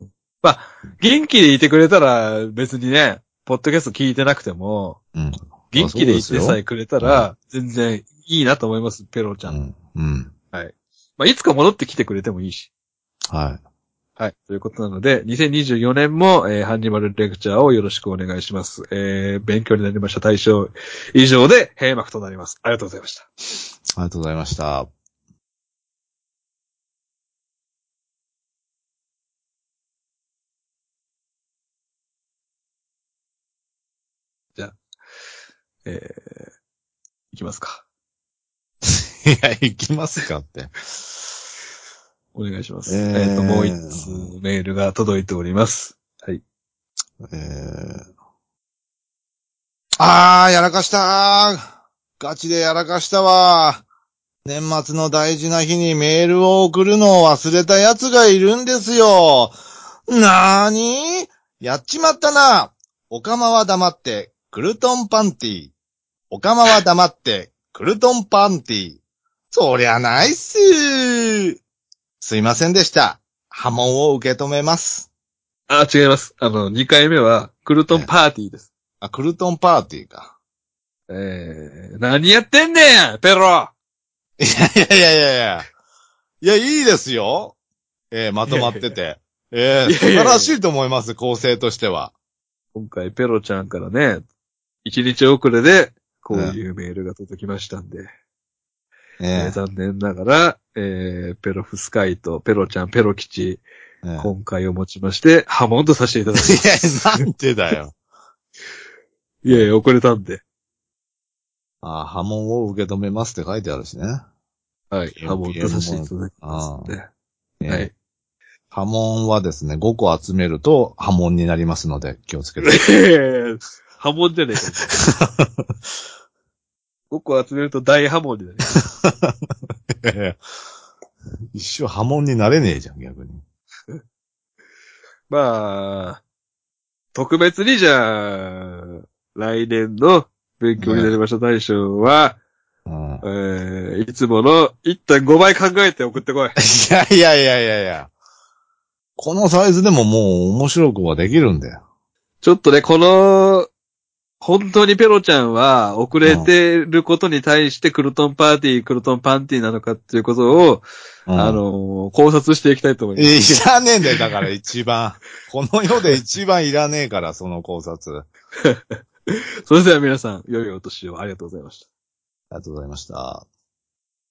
ねまあ、元気でいてくれたら別にね、ポッドキャスト聞いてなくても、うん。元気でいてあそうさですえくれたら、全然いいなと思います、ペロちゃん。うん。うん。まあ、いつか戻ってきてくれてもいいし。ははい。ということなので、2024年も、えーハンニバルレクチャーをよろしくお願いします。えー、勉強になりました対象以上で閉幕となります。ありがとうございました。い。ありがとうございました。えー、いきますか。 いや、行きますかって。お願いします。ええーっ、と、もう一通メールが届いております。えー、あー、やらかしたーガチでやらかしたわー年末の大事な日にメールを送るのを忘れた奴がいるんですよなーにやっちまったなおかまは黙って、クルトンパンティー。おかまは黙って、クルトンパンティー。そりゃないっすーすいませんでした。波紋を受け止めます。あ、違います。あの、2回目は、クルトンパーティーです。あ、クルトンパーティーか。えー、何やってんねんペロいや いやいやいやいや。いや、いいですよ。ええまとまってて。えいやいやいえや素晴らしいと思います、構成としては。今回ペロちゃんからね、1日遅れで、こういうメールが届きましたんで、えーえ残念ながら、えー、ペロフスカイとペロちゃん、ペロ吉、えええ今回をもちまして、波紋とさせていただきます。 いや、なんてだよ。いやいや、遅れたんで。 あ波紋を受け止めますって書いてあるしね。はい。いや波紋とさせていただきますんで。ええはい。波紋はですね、5個集めると波紋になりますので、気をつ けて。 波紋じゃねえか。5個集めると大波紋になる。一生波紋になれねえじゃん、逆に。まあ、特別にじゃあ、来年の勉強になりました大賞は、うん。いえー、いつもの1.5倍考えて送ってこい。やいやいやいやいや。このサイズでももう面白くはできるんだよ。ちょっとね、この、本当にペロちゃんは遅れてることに対してクルトンパーティー、クルトンパンティーなのかっていうことを、うんあ、のー、考察していきたいと思います。 いらねえんだよ、だから一番。この世で一番いらねえから、その考察。それでは皆さん、良いお年をありがとうございました。ありがとうございました。